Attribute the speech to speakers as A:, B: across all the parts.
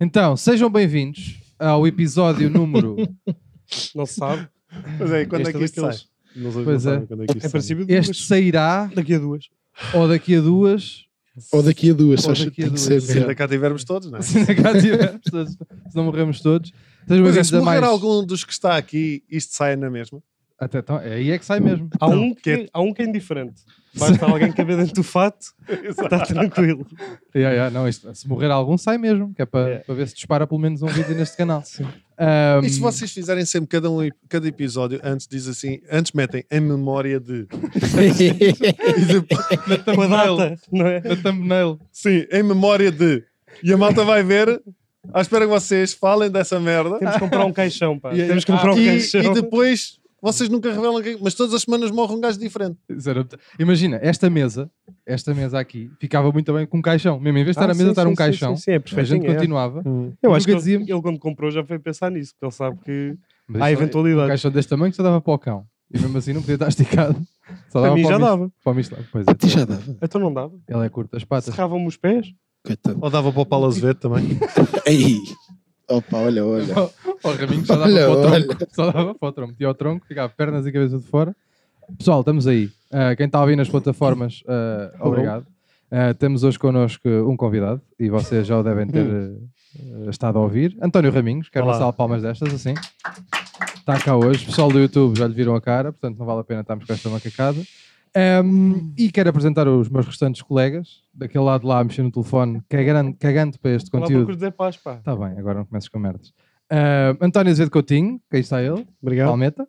A: Então, sejam bem-vindos ao episódio número.
B: Não se sabe.
C: Mas é, quando é que isto sai?
B: Não sei,
A: Pois
B: não
A: é.
B: sabem quando é que isto
C: Em
B: sai.
C: princípio,
A: Este
C: duas.
A: sairá
B: Daqui a duas.
A: ou daqui a duas.
D: Ou daqui a duas,
A: Ou
D: acho que
A: daqui a
D: tem que
A: duas.
D: ser
C: se ainda
D: mesmo.
C: cá tivermos todos, não é?
A: Se ainda cá tivermos todos, se não morremos todos. Sejam
C: Mas é,
A: bem-vindos
C: se
A: a
C: morrer
A: mais.
C: algum dos que está aqui, isto sai na mesma.
A: Até então, é aí é que sai mesmo.
B: Há um, que,
C: quieto.
B: há um que é indiferente. Basta alguém caber dentro do fato, está tranquilo.
A: Yeah, yeah, É, não, isto- se morrer algum, sai mesmo. Que é para
B: Yeah.
A: para ver se dispara pelo menos um vídeo neste canal.
C: E se
A: Ahm,
C: vocês fizerem sempre cada, um, cada episódio, antes diz assim, antes metem em memória de. E depois-
B: Com a data, não é?
A: na thumbnail.
C: sim, em memória de. E a malta vai ver, à espera que vocês falem dessa merda.
B: Temos que comprar um caixão, pá.
A: Yeah,
B: Temos que
A: yeah.
B: comprar um
C: E,
B: caixão.
C: e depois vocês nunca revelam quem. Mas todas as semanas morre um gajo diferente.
A: Isso era- Imagina, esta mesa, esta mesa aqui, ficava muito bem com um caixão. Mesmo em vez de estar
B: Ah,
A: a mesa,
B: sim,
A: estar
B: sim,
A: um
B: sim,
A: caixão.
B: Sim, sim, é
A: A
B: perfeitinho,
A: gente
B: é.
A: continuava.
B: Eu acho
A: Nunca
B: que ele,
A: dizíamos.
B: ele quando comprou já foi pensar nisso, porque ele sabe que
A: Mas
B: há
A: isto- Um
B: eventualidade.
A: caixão deste tamanho que só dava para o cão. E mesmo assim não podia estar esticado. Só
B: Para mim
A: para
B: já
A: o misto-
B: dava.
A: Para o misto- Pois
D: A ti
A: é,
D: já dava.
B: Então não dava.
A: ele é curto as patas.
B: Cerravam-me os pés.
D: Coitado.
C: Ou dava para o Paulo Azevedo também.
D: Aí. Opa, olha, olha.
A: O raminho só dava
D: Olha,
A: para o
D: olha.
A: tronco. Só dava para o tronco. Metia o tronco, ficava pernas e cabeça de fora. Pessoal, estamos aí. Ah, quem está a ouvir nas plataformas, ah, obrigado. Ah, temos hoje connosco um convidado e vocês já o devem ter
D: Hum.
A: ah, estado a ouvir. António Raminhos, quero
B: Olá.
A: lançar palmas destas, assim. Está cá hoje. Pessoal do YouTube já lhe viram a cara, portanto não vale a pena estarmos com esta macacada. Um, e quero apresentar os meus restantes colegas, daquele lado lá a mexer no telefone, é cagando, cagando para este
B: Lá para
A: conteúdo.
B: Cruz de Paz, pá.
A: Está Tá bem, agora não começas com merdas. Ah, António Azevedo Coutinho, que aí está ele,
B: Obrigado.
A: Palmeta.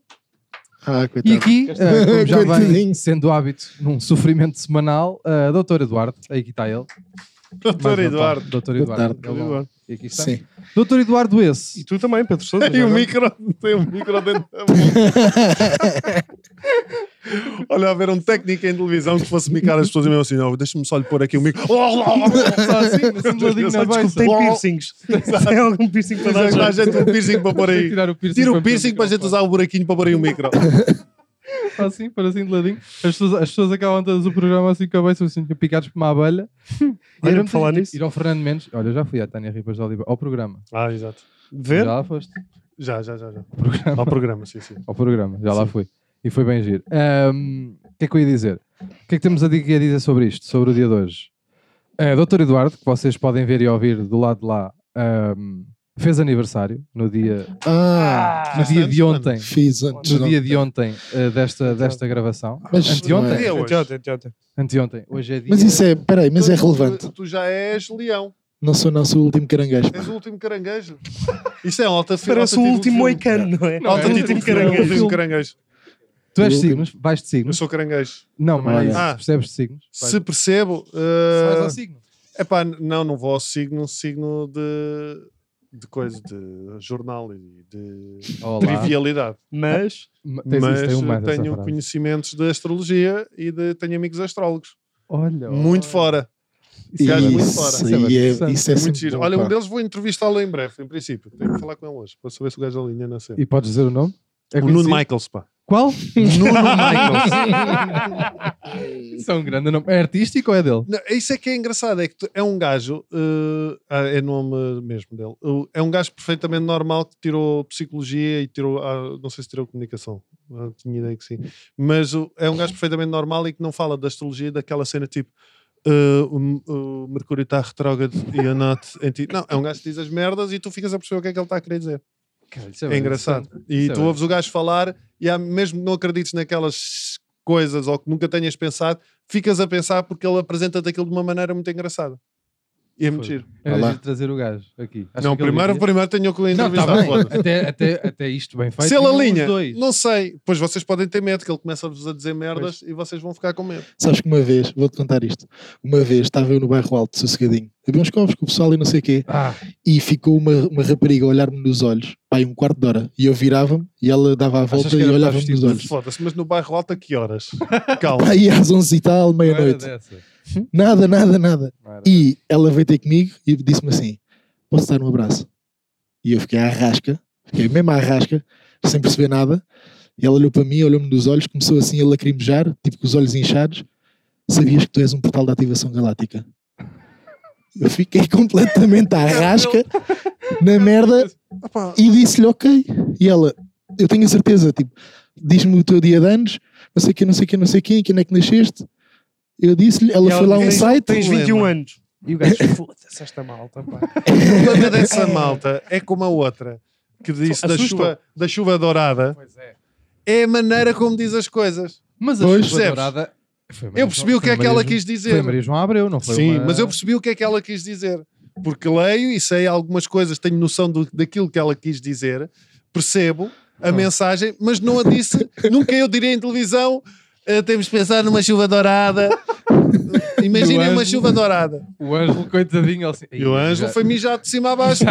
D: Ah,
A: E
D: coitado.
A: aqui, ah, como já vem
D: Coitadinho.
A: sendo hábito num sofrimento semanal, a doutor Eduardo, aí aqui está ele. Mais
C: Doutor
A: um
C: Eduardo.
A: Paulo. Doutor
D: Boa
A: Eduardo.
D: tarde.
A: ele lá. E aqui está.
D: Sim.
A: Doutor Eduardo esse.
B: E tu também, Pedro Sousa.
C: Tem
B: já
C: um
B: não-
C: micro, tem um micro dentro da boca. Olha, haver um técnico em televisão que fosse micar as pessoas e mesmo assim, não, deixa-me só lhe pôr aqui o micro.
A: Só assim, assim, um ladinho na
B: Ah, desculpa,
A: beiça.
B: tem
C: Uau.
B: piercings. Tem algum piercing para dar
C: Dá a
B: jeito.
C: gente um piercing para pôr aí.
A: Tirar o piercing
C: Tira
A: para
C: o piercing para a gente usar o buraquinho para pôr aí o micro.
A: Só assim, para assim de ladinho. As pessoas, as pessoas acabam todas o programa assim com a cabeça, assim, picados por uma abelha.
B: Olha,
A: era
B: por falar
A: muito-
B: nisso.
A: tipo, Ir ao Fernando Mendes. Olha, eu já fui à Tânia Ribas de Oliveira, ao programa.
C: Ah, exato.
B: Ver?
A: Já lá foste.
C: Já, já, já. já.
A: Programa.
C: Ao programa, sim, sim.
A: ao programa, já lá fui. E foi bem giro. Ahm, O que é que eu ia dizer? O que é que temos a di- a dizer sobre isto, sobre o dia de hoje? Eh, Dr. Eduardo, que vocês podem ver e ouvir do lado de lá, ahm, fez aniversário no dia,
D: Ah,
A: no dia
C: antes,
A: de
C: mano.
A: ontem.
D: fiz antes.
A: No
D: não.
A: dia de ontem eh, desta, desta gravação.
D: Mas
A: Anteontem?
D: não é.
C: Dia hoje.
B: Anteontem, anteontem.
A: Anteontem. Hoje é dia.
D: Mas isso é, peraí, mas é
C: Tu- tu-
D: relevante.
C: Tu, já és leão.
D: Não sou nosso último caranguejo. pá.
C: És o último caranguejo. Isto é alta fi-
B: Parece
C: alta
B: o
C: título de
B: último
C: filme.
B: moicano, não é?
C: Alta
A: é o
C: título
A: último
C: de filme,
A: caranguejo.
C: o último caranguejo.
A: Tu és
D: Eu-
A: de signos, vais de
C: Eu
A: signos.
C: sou caranguejo.
A: Não, mas
D: Também
C: é.
A: percebes de signos.
C: Se percebo.
A: Vais- vais
C: eh,
A: ao signo.
C: É pá, não, não vou ao signo, signo de, de coisa, de jornal e de
A: Olá.
C: trivialidade.
B: Mas,
A: Ma- tens isso,
C: Mas
A: tem um mais essa
C: tenho
A: frase.
C: conhecimentos de astrologia e de, tenho amigos astrólogos.
A: Olha,
C: Muito
A: olha.
C: fora.
A: Isso é
C: gajo muito
A: muito
C: fora.
D: Isso
A: Isso é
D: aí é,
A: interessante.
D: isso é
C: muito
D: sempre
C: giro.
D: bom,
C: Olha, um
D: pá.
C: deles vou entrevistá-lo em breve, em princípio. Tenho que falar com ele hoje, para saber se o gajo alinha na cena.
A: E podes dizer o nome? É
C: O Nuno
A: conhecido?
C: Michaels, pá.
A: Qual?
C: Nuno Michaels.
A: Michaels. Isso é um grande nome. É artístico ou é dele?
C: Não, isso é que é engraçado, é que tu- é um gajo, eh, ah, é nome mesmo dele, Eh, é um gajo perfeitamente normal que tirou psicologia e tirou, ah, não sei se tirou comunicação, ah, tinha ideia que sim, mas o- é um gajo perfeitamente normal e que não fala da astrologia daquela cena tipo eh, o, o Mercúrio está retrógrado e a Nath em ti. Não, é um gajo que diz as merdas e tu ficas a perceber o que é que ele está a querer dizer. É engraçado. E
A: Isso Então é
C: tu
A: bem.
C: ouves o gajo falar e há- mesmo que não acredites naquelas coisas ou que nunca tenhas pensado, ficas a pensar porque ele apresenta-te aquilo de uma maneira muito engraçada. E é muito
A: Foi.
C: giro.
A: Era
D: Olá.
A: giro trazer o gajo aqui. Acho
C: não,
A: que ele
C: primeiro,
A: devia-
C: primeiro tenho que o
A: Não, tá
C: entrevistar. foda-se.
A: bem. até, até, até isto bem feito.
C: Se ele
A: tinham os
C: alinha,
A: dois.
C: não sei. Pois vocês podem ter medo que ele começa-vos a dizer merdas e vocês vão ficar com medo.
D: Sabes que uma vez, vou-te contar isto. Uma vez estava eu no bairro alto, sossegadinho. Havia uns covos com o pessoal e não sei o quê.
A: Ah,
D: E ficou uma, uma rapariga a olhar-me nos olhos, pá, aí um quarto de hora. E eu virava-me e ela dava a volta
A: que
D: e
A: era para um
D: olhava-me nos
A: vestido de
D: olhos.
C: Foda-se, mas no bairro alto a que horas? Calma.
D: Pá, aí às 11 e tal,
A: não era
D: meia-noite.
A: dessa.
D: Nada, nada, nada.
A: Não era dessa.
D: E ela veio ter comigo e disse-me assim: Posso dar um abraço? E eu fiquei à rasca, fiquei mesmo à rasca, sem perceber nada. E ela olhou para mim, olhou-me nos olhos, começou assim a lacrimejar, tipo com os olhos inchados. Sabias que tu és um portal de ativação galáctica? Eu fiquei completamente à rasca, na merda,
C: Epá,
D: e disse-lhe ok. E ela, eu tenho a certeza, tipo, diz-me o teu dia de anos, não sei o que, não sei o que, não sei quem, quando é que nasceste. Eu disse-lhe, ela
B: E ela
D: foi lá a um
B: diz,
D: site.
B: Tens 21
C: Problema.
B: anos.
A: E o gajo.
B: Foda-se esta malta, pá.
C: o
A: um
C: problema dessa malta é como a outra que disse da
B: Assusta.
C: chuva, da chuva dourada.
A: Pois é.
C: É a maneira como diz as coisas.
A: Mas a
C: Pois,
A: chuva
C: percebes?
A: dourada. foi Maria
C: Eu percebi
A: João-
C: o que é
A: foi
C: que ela
A: Maria
C: quis
A: João- Foi
C: dizer.
A: Maria João Abreu, não foi?
C: Sim,
A: uma-
C: mas eu percebi o que é que ela quis dizer. Porque leio e sei algumas coisas, tenho noção do, daquilo que ela quis dizer, percebo a mensagem, mas não a disse. Nunca eu diria em televisão: "Eh, temos de pensar numa chuva dourada. Imaginem
A: Do
C: uma
A: Ângelo.
C: chuva dourada.
A: O Ângelo, coitadinho, ele assim.
C: E o Ângelo foi mijado de cima a baixo.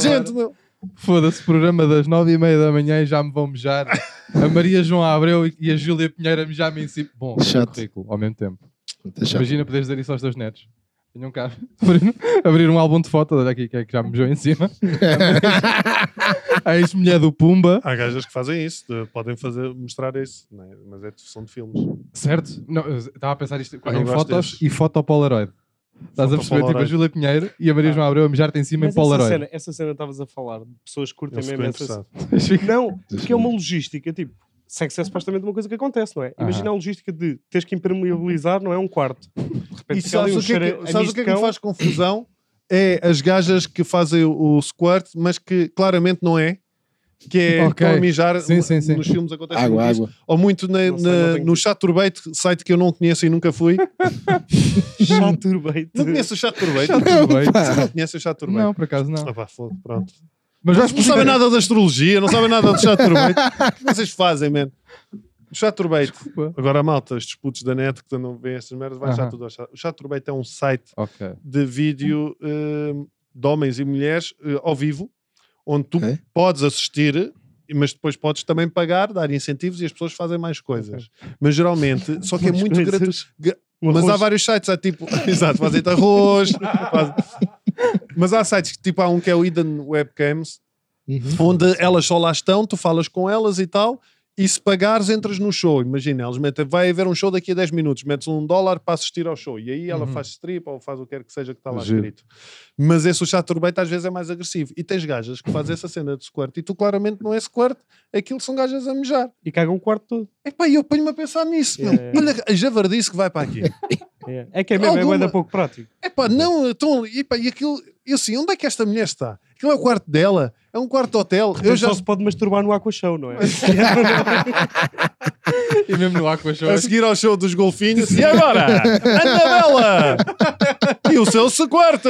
C: Gente, meu.
A: Foda-se, programa das nove e meia da manhã e já me vão mijar. A Maria João Abreu e a Júlia Pinheira mijar-me em si. Bom,
D: Chato.
A: currículo, ao mesmo tempo.
D: Deixa-
A: Imagina poderes dizer isso aos teus netos. Tenham cá. Abrir, abrir um álbum de foto, olha aqui que é que já me mijou em cima. A ex-mulher do Pumba.
C: Há gajas que fazem isso, de- podem fazer, mostrar isso, não é? mas é são de filmes.
A: Certo? Não, eu estava a pensar isto
C: não
A: em
C: Ah, gosto
A: fotos
C: desses.
A: e foto Polaroid. Estás a
C: Foto
A: perceber? Tipo a
C: Polaroid.
A: Júlia Pinheiro e a Maria
B: Ah.
A: João Abreu a mijar-te em cima em
B: Mas essa
A: Polaroid.
B: cena, essa cena que estavas a falar, de pessoas que
C: Eu
B: curtem
C: fico
B: mesmo essa
C: interessado.
B: Não, porque é uma logística, tipo, sexo é supostamente uma coisa que acontece, não é? Imagina
A: Aham.
B: a logística de teres que impermeabilizar, não é? Um quarto. De repente
C: E
B: fica ali
C: sabes
B: um
C: o que, é
B: cheiro
C: que,
B: a
C: sabes
B: mijo
C: o que é
B: de
C: que me
B: cão.
C: faz confusão? É as gajas que fazem o, o squirt, mas que claramente não é. Que é
A: Ok.
C: estão a mijar
A: Sim, sim, sim.
C: nos filmes acontece muito
D: Água,
C: isso.
D: água.
C: Ou muito na,
B: Não sei, não
C: na-
B: tenho-
C: no Chaturbate, site que eu não conheço e nunca fui.
B: Hum. um Chaturbate.
C: Não conheço o Chaturbate.
A: Tudo bem.
C: Não conheço o Chaturbate.
A: Não, por acaso não.
C: Ah pá, foda, pronto.
A: Mas vais
C: Não sabem
A: explicar-
C: nada da astrologia, não sabem nada do Chaturbate. o que vocês fazem, mano? O Chaturbate.
A: Desculpa.
C: Agora, malta, estes putos da net que não veem estas merdas, vai achar
A: Aham.
C: tudo ao Chaturbate. O Chaturbate é um site
A: Ok.
C: de vídeo hum, de homens e mulheres eh, ao vivo, onde tu
D: Ok.
C: podes assistir, mas depois podes também pagar, dar incentivos e as pessoas fazem mais coisas. Mas geralmente, só que é
B: Mais
C: muito
B: coisas.
C: gratuito.
B: O
C: Mas há
B: arroz-
C: vários sites, há tipo, exato, fazem arroz, fazem- mas há sites que tipo, há um que é o Eden Webcams,
D: Uhum.
C: onde elas só lá estão, tu falas com elas e tal, e se pagares, entras no show. Imagina, eles metem, vai haver um show daqui a 10 minutos, metes um dólar para assistir ao show, e aí ela
A: Uhum.
C: faz strip ou faz o que quer que seja que está lá
A: Giro.
C: escrito. Mas esse o chaturbate às vezes é mais agressivo. E tens gajas que fazem essa cena de squirt, e tu claramente não é squirt, aquilo são gajas a mijar.
B: E caga um quarto todo.
C: Epá, e eu ponho-me a pensar nisso, meu.
B: Yeah.
C: olha a javardice que vai para aqui.
B: É, É que é mesmo,
C: Alguma-
B: é bué da pouco prático.
C: Epá, não, então, epá, e aquilo, eu assim, onde é que esta mulher está? Aquilo é o quarto dela, é um quarto de hotel. Eu
B: Mas
C: já
B: Então Só se pode masturbar no aqua show, não é?
A: E mesmo no Aqua Show.
C: a seguir ao show dos golfinhos. E agora? Anabela! e o seu sequarte!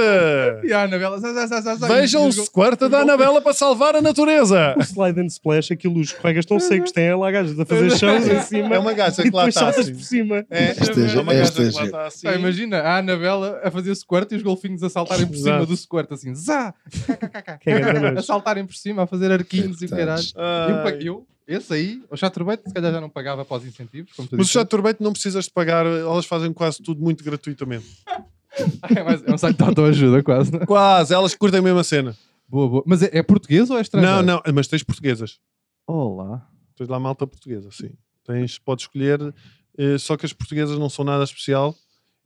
A: E a Anabela. sai, sai, sai, sai, sai.
C: Vejam o sequarte da Anabela para salvar a natureza!
B: O slide and splash, aquilo os colegas estão secos, têm lá gajas a fazer shows em cima.
C: É uma gaja
B: e
C: que lá
B: depois
C: está
B: saltas
C: assim.
B: por cima.
C: É,
A: Esta
C: é uma
D: é-
C: gaja
D: esta é
C: que lá
D: gente.
C: está assim.
A: Ah, imagina a Anabela a fazer squirt e os golfinhos a saltarem por cima
C: Exato.
A: do squirt, assim, zá!
B: Que é grande nojo.
A: a saltarem por cima, a fazer arquinhos e o caralho.
C: Ai.
A: Eu, pa- eu, esse aí, o Chaturbate, se calhar já não pagava para os incentivos, como tu
C: Mas o
A: disseste.
C: Chaturbate não precisas de pagar, elas fazem quase tudo muito gratuitamente.
A: É, mais- é um site de autoajuda, quase. não é?
C: Quase, elas curtem mesmo a cena.
A: Boa, boa. Mas é, é português ou é
C: Não,
A: estrangeiro?
C: não, mas tens portuguesas.
A: Olá.
C: Tens lá malta portuguesa, sim. Tens, podes escolher, eh, só que as portuguesas não são nada especial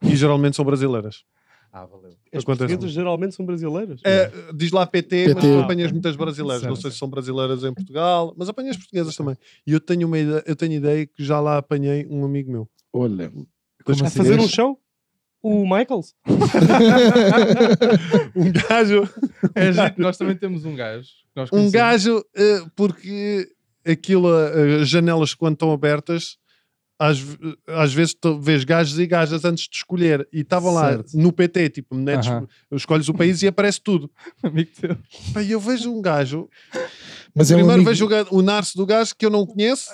C: e geralmente são brasileiras.
A: Ah, valeu.
B: As
C: Acontece.
B: portuguesas geralmente são brasileiras.
C: Eh, diz lá PT, mas
D: PT.
C: tu apanhas muitas brasileiras. Não
A: Certo.
C: sei se são brasileiras em Portugal, mas apanhas portuguesas também. E eu tenho uma ideia, eu tenho ideia que já lá apanhei um amigo meu.
D: Olha.
A: Como
B: a
A: assim?
B: fazer um show? O Michaels?
C: Um gajo,
A: É giro, nós também temos um gajo. que nós
C: um
A: conhecemos.
C: gajo eh, porque aquilo, eh, as janelas quando estão abertas, às, ve- às vezes tu vês gajos e gajas antes de escolher. E estavam lá
A: Certo.
C: no PT, tipo, metes,
A: Aham.
C: escolhes o país e aparece tudo.
A: um Amigo teu.
C: Pá, eu vejo um gajo.
D: Mas é um
C: Primeiro
D: amigo-
C: vejo o, ga- o narce do gajo que eu não conheço.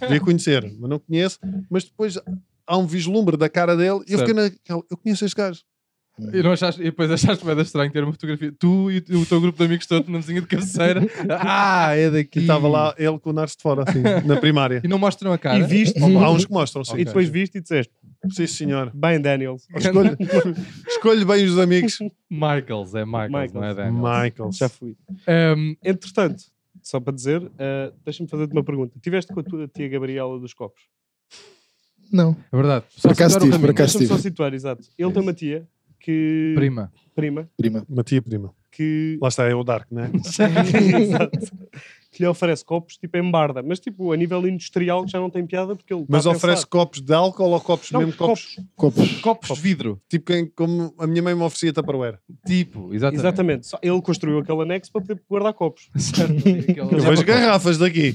C: Devia conhecer, mas não conheço. Mas depois há um vislumbre da cara dele e eu
A: Certo.
C: fiquei naquela. Eu conheço este gajo.
A: E, não achaste, e depois achaste bem estranho ter uma fotografia. Tu e o teu grupo de amigos todo na mesinha de cabeceira. Ah, é
C: E
A: daqui.
C: estava lá ele com o narce de fora, assim, na primária.
A: E não mostram a cara.
B: E viste? um
C: Há uns que mostram, sim.
B: E depois viste e disseste,
C: Sim, senhor.
B: bem, Daniels.
C: Escolho, escolho bem os amigos.
A: Michaels, é Michaels,
B: Michaels.
A: não é Daniel.
C: Michael.
B: Já fui.
A: Ahm,
B: Entretanto, só para dizer, eh, deixa-me fazer-te uma pergunta. Tiveste com a tua tia Gabriela dos Copos?
D: Não.
A: é verdade. Só
D: Por acaso
A: citar o
D: tive, por
A: Raminho.
D: acaso. Cá
B: Deixa-me só
D: estive.
B: situar, exato. Ele tem uma tia que.
A: Prima.
B: prima,
D: Prima.
C: Uma tia prima.
B: que.
C: Lá está, é o Dark, né?
B: Exato. que lhe oferece copos tipo em barda, mas tipo a nível industrial que já não tem piada porque ele. está
C: Mas
B: a pensar.
C: oferece copos de álcool ou copos
B: Não,
C: mesmo? Copos,
B: copos.
D: Copos.
A: Copos de vidro.
C: tipo quem, como a minha mãe me oferecia Tupperware.
A: Tipo, exatamente.
B: Exatamente. Só- Ele construiu aquele anexo para poder guardar copos.
A: Certo, aquele-
C: Eu
B: Já
C: vejo
B: para copos.
C: garrafas daqui.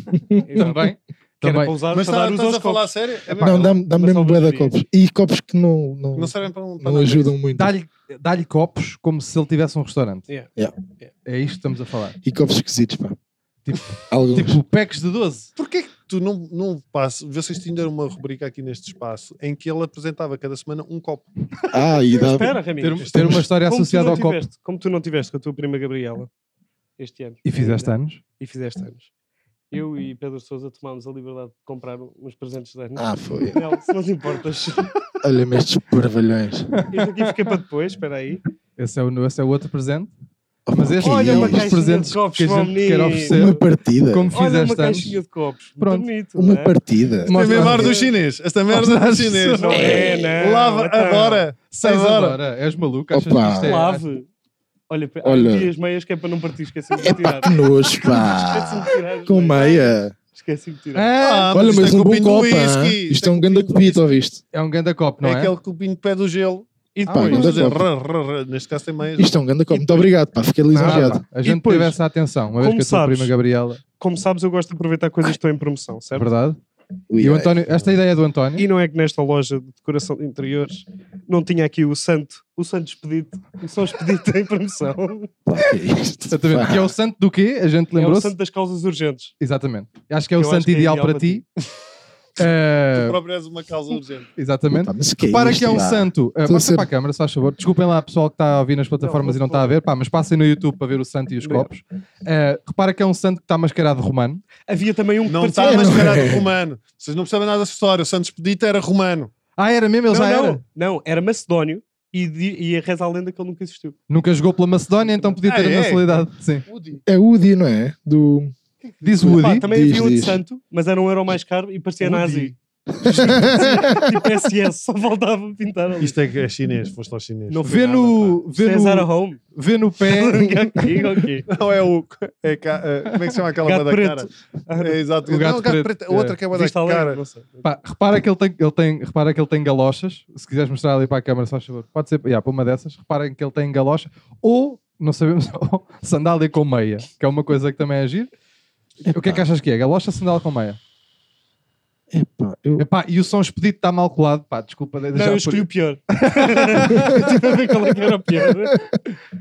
A: Também.
B: Que era para
A: Também.
B: usar
C: Mas
B: para
C: tá,
B: dar os
C: estás
B: aos
C: a falar
B: copos.
C: a sério? É pá,
D: Não,
C: não,
D: dá-me dá-me mesmo
B: só
D: bué da
B: bateria.
D: copos. E copos que não, não,
C: não servem para, um- para
D: não
C: nada.
D: ajudam muito.
A: Dá-lhe dá copos como se ele tivesse um restaurante.
B: Yeah.
D: Yeah.
A: É isto que estamos a falar.
D: E copos esquisitos, pá.
A: Tipo-
D: Alguns.
A: Tipo, packs de 12.
C: Porquê que tu não, não passas? Vocês tinham uma rubrica aqui neste espaço em que ele apresentava cada semana um copo.
D: ah, e dá.
B: Espera,
A: Ter,
B: Ramiro.
A: ter uma história
B: Como tu
A: associada
B: não
A: ao copo.
B: tiveste- Como tu não tiveste com a tua prima Gabriela este ano.
A: E fizeste
B: ainda,
A: anos?
B: E fizeste anos. Eu e Pedro Sousa tomámos a liberdade de comprar uns presentes de anos.
D: Ah, foi.
B: Não, se não te importas.
D: Olha-me estes parvalhões.
B: Este aqui fica para depois, espera aí.
A: Esse é o, esse é o outro presente.
D: Oh,
A: Mas
D: pá,
A: este
D: que
B: Olha
A: é
B: uma
A: um
D: eles?
A: dos
B: caixinha
A: presentes
B: de copos
A: que a
B: para o
A: gente quer
B: menino.
A: oferecer.
D: Uma partida.
A: Como
B: Olha uma
A: fizeste anos.
B: caixinha de copos. Muito
A: Pronto.
B: bonito,
D: Uma
B: não é?
D: partida.
A: Mostra-
C: Tem mesmo ar
A: Mostra-
C: do chinês. Esta merda é do chinês.
A: Não
B: é, não.
C: Lava
B: Então.
C: agora.
A: Seis
C: Agora.
A: agora. És maluco? Achas
D: Opa.
A: que isto é...
B: Lave. Olha, pe-
D: Olha.
B: há aqui as meias que é para não partir, esqueci-me de tirar.
D: Que nojo,
B: Esqueci-me
D: pá.
B: de tirar as
D: Com
B: meias.
D: meia.
B: Esqueci-me de tirar.
A: Ah,
C: Ah,
D: Olha,
C: isto é
D: mas um bom
C: copinho de
D: copo.
C: whisky,
D: hein? Isto é um
C: copinho
D: grande
C: de
D: copito, ouviste?
A: é um ganda copo, não
C: É
A: é?
C: aquele copinho de pé do gelo.
B: E
A: Ah,
B: depois,
D: ainda-
C: Vamos dizer,
D: copo.
C: rã, rã, rã. Neste caso tem mais.
D: Isto é um grande copo. Muito obrigado, pá. Fiquei lisonjeado.
A: Nada. A
B: E
A: gente
B: depois,
A: tivesse a atenção, uma vez
B: como
A: que a tua
B: sabes?
A: prima Gabriela,
B: como sabes, eu gosto de aproveitar coisas que estão em promoção,
A: é
B: certo?
A: verdade.
D: Ui,
A: E então- o
D: ai.
A: António, esta ideia é do António.
B: E não é que nesta loja de decoração de interiores não tinha aqui o santo, o santo expedito, o só expedito em promoção.
D: Pá, que é isto?
A: Exatamente.
D: Pá.
A: Que é o santo do quê? A gente
B: É o
A: lembrou-se.
B: santo das causas urgentes.
A: Exatamente. Acho que é o
B: Eu acho
A: santo
B: que é
A: ideal
B: ideal
A: para
B: para
A: ti.
C: Tu
A: Eh,
C: próprio és uma causa urgente.
A: exatamente.
D: Pá, mas que é
A: Repara
D: isto,
A: que é um
D: pá?
A: santo. Eh,
D: Estou a
A: passa
D: ser-
A: para a câmara, se faz favor. Desculpem lá, pessoal que está a ouvir nas plataformas e
B: Não,
A: não está a ver, pá, mas passem no YouTube para ver o santo e os
B: Obrigado.
A: copos. Eh, repara que é um santo que está mascarado de romano.
B: Havia também um que
C: Não tá,
B: parecia-
C: está
D: não é?
C: mascarado de romano. Vocês não percebem nada dessa história. O Santos Pedito era romano.
A: Ah, era mesmo? Ele já
B: não,
A: era.
B: não, não, era macedónio e, di- e reza a lenda que ele nunca existiu.
A: Nunca jogou pela Macedónia, então podia ter
C: Ah,
A: a
C: é?
A: nacionalidade. Sim.
D: É o Woody, não é? Do.
A: Diz
B: Pá,
A: Woody.
B: também
D: Diz,
B: havia um de
D: diz.
B: santo, mas era um euro mais caro e parecia
A: Woody.
B: nazi. tipo SS, só faltava pintar ali.
C: Isto é que é chinês. Foste ao chinês.
B: Não
A: Vê no, vê,
B: César
A: no,
B: Home.
A: vê no pé
B: Diga aqui.
C: Não é o. É cá, eh, como é que se chama aquela
B: Gato
C: banda cara?
B: preto.
C: É exato.
A: O
C: O
A: gato
C: não, o gato
A: preto,
C: preto. A
A: é.
C: outra que é uma da
B: Existe alguém?
C: cara.
B: Não sei.
A: Pá, repara que ele tem, ele tem, repara que ele tem galochas. Se quiseres mostrar ali para a câmara, se faz favor. Pode ser yeah, para uma dessas. Reparem que ele tem galocha ou, não sabemos, ou sandália com meia, que é uma coisa que também é giro. O que é que achas que é? Galocha, sandália com meia.
D: Epá, eu.
A: Epá, e o som expedito está mal colado. Pá, desculpa. de-
B: Não,
A: já
B: eu
A: por-
B: escolhi o pior. Eu Tive a ver qual é que era o pior.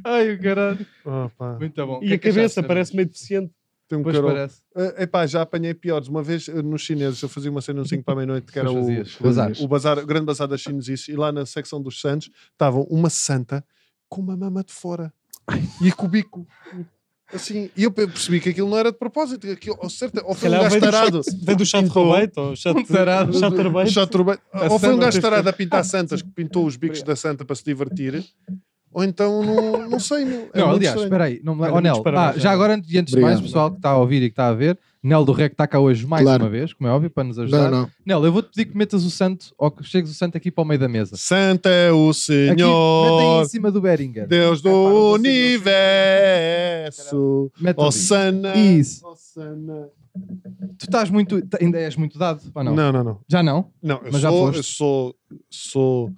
A: Ai, o caralho.
C: Ah, pá.
A: Muito bom. O que
B: E
A: é
B: a
A: que achaste,
B: cabeça
A: Pedro?
B: parece meio deficiente.
C: Tem um
A: Pois
C: carol.
A: parece.
C: Eh, Epá, já apanhei piores. Uma vez eh, nos chineses eu fazia uma cena no 5 para a meia-noite que era
A: Pois
C: o,
A: fazias, fazias.
C: o, bazar, o grande bazar das chinesices e lá na secção dos santos estavam uma santa com uma mama de fora.
A: E com o bico.
C: Assim, e eu pe- percebi que aquilo não era de propósito. que Aquilo, ou, certo, ou foi um
B: calhar
C: gajo
B: veio do
C: tarado.
B: Vem do chato roubeito ou chato
A: Tipo Um tarado.
B: Chatterbeito.
C: Já turba-
A: A
C: Ou foi um
A: santa
C: gajo
A: fez-
C: tarado a pintar santas que pintou os bicos da santa para se divertir. Ou então, não, não sei, meu. É
A: Não,
C: muito
A: aliás,
C: estranho.
A: espera aí. Não me...
B: Olha,
A: Oh, Nel,
B: muitos parabéns,
A: ah, já
B: Nel.
A: agora, antes- e antes de
D: Obrigado,
A: mais, pessoal que está a ouvir e que está a ver, Nel do Rec está cá hoje mais
D: Claro.
A: uma vez, como é óbvio, para nos ajudar.
D: Não, não.
A: Nel, eu vou-te pedir que metas o santo, ou que chegues o santo aqui para o meio da mesa.
C: Santa é o
A: Aqui, metem
C: Senhor,
A: em cima do Beringer.
C: Deus do
B: Epá, não consigo, não consigo.
C: Universo.
A: Mete ali.
C: Osana.
A: Isso.
C: Osana.
A: Tu estás muito, t- ainda és muito dado, ou não?
C: Não, não, não.
A: Já não?
C: Não, eu,
A: Mas já
C: sou,
A: foste.
C: eu sou, sou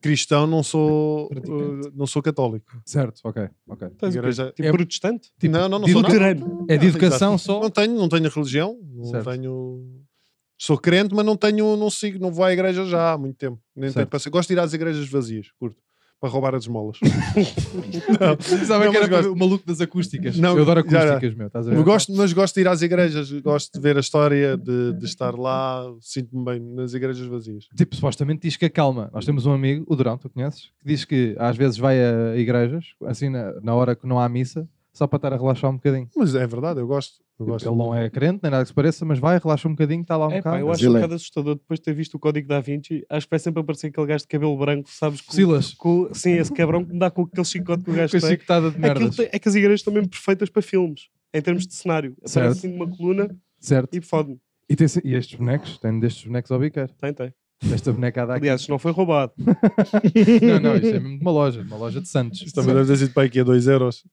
C: cristão, não sou,
B: Praticante.
C: uh, não sou católico.
A: Certo, ok. ok.
B: Estás o quê?
C: Igreja-
B: Tipo
A: É-
B: protestante?
C: não, não, não
A: de
C: sou nada.
B: Luterano.
A: É de educação só?
C: Não tenho, não tenho religião, não
A: Certo.
C: tenho. Sou crente, mas não tenho, não sigo, não vou à igreja já há muito tempo. Nem
A: Certo.
C: tenho passe- Gosto de ir às igrejas vazias, curto, para roubar as esmolas.
A: Pensava
C: Não,
A: que era
C: mas gosto.
A: o maluco das acústicas.
C: Não,
A: eu adoro
C: já, já.
A: acústicas, meu. Estás a ver?
C: Eu gosto, mas gosto de ir às igrejas, gosto de ver a história, de, de estar lá, sinto-me bem nas igrejas vazias.
A: Tipo, supostamente diz que acalma. Nós temos um amigo, o Durão, tu conheces, que diz que às vezes vai a igrejas, assim na, na hora que não há missa, só para estar a relaxar um bocadinho.
C: Mas é verdade, eu gosto. Eu gosto.
A: Ele não é crente, nem nada que se pareça, mas vai, relaxa um bocadinho, está lá um
B: É, pá,
A: bocado.
B: eu acho
D: Ele
B: um
D: é.
B: bocado assustador depois de ter visto o código da Vinci. Acho que vai sempre aparecer aquele gajo de cabelo branco, sabes? Com,
A: Silas,
B: com- sim, esse cabrão que me dá com aquele chicote que o
A: com
B: gajo
A: a
B: tem.
A: chicotada de
B: Aquilo
A: merdas.
B: tem- é que as igrejas estão mesmo perfeitas para filmes, em termos de cenário.
A: Certo.
B: Aparece assim numa coluna
A: Certo.
B: e fode-me.
A: E, tem- e estes bonecos, tem destes bonecos ao biqueiro.
B: Tem, tem.
A: Esta boneca dá Tá aqui.
B: Aliás, isto não foi roubado.
A: Não, não, isto é mesmo de uma loja, de uma loja de Santos.
C: Isto também deve ter sido para aqui a 2 euros.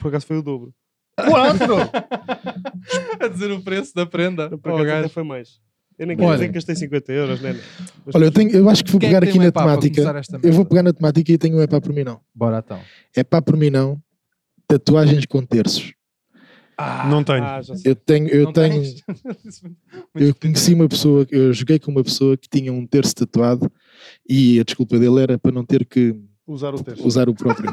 B: Por acaso foi o dobro.
C: Quatro!
A: a dizer o preço da prenda.
B: Por
A: ao
B: acaso
A: gajo.
B: até foi mais. Eu nem quero
A: Olha.
B: dizer que gastei 50 euros, né? Mas
D: Olha, eu, tenho, eu acho que vou
A: Quem é
D: pegar
A: que tem
D: aqui
A: um
D: na
A: epá para
D: temática.
A: começar esta
D: Eu vou
A: merda?
D: pegar na temática e tenho um epá por mim não.
A: Bora então.
D: Epá por mim não, tatuagens com terços.
C: Não tenho.
B: Ah, já sei.
D: Eu tenho, eu
A: Não
D: tenho,
A: tens? Isso é muito- muito
D: eu conheci uma pessoa, eu joguei com uma pessoa que tinha um terço tatuado e a desculpa dele era para não ter que
C: Usar o texto.
D: usar o próprio.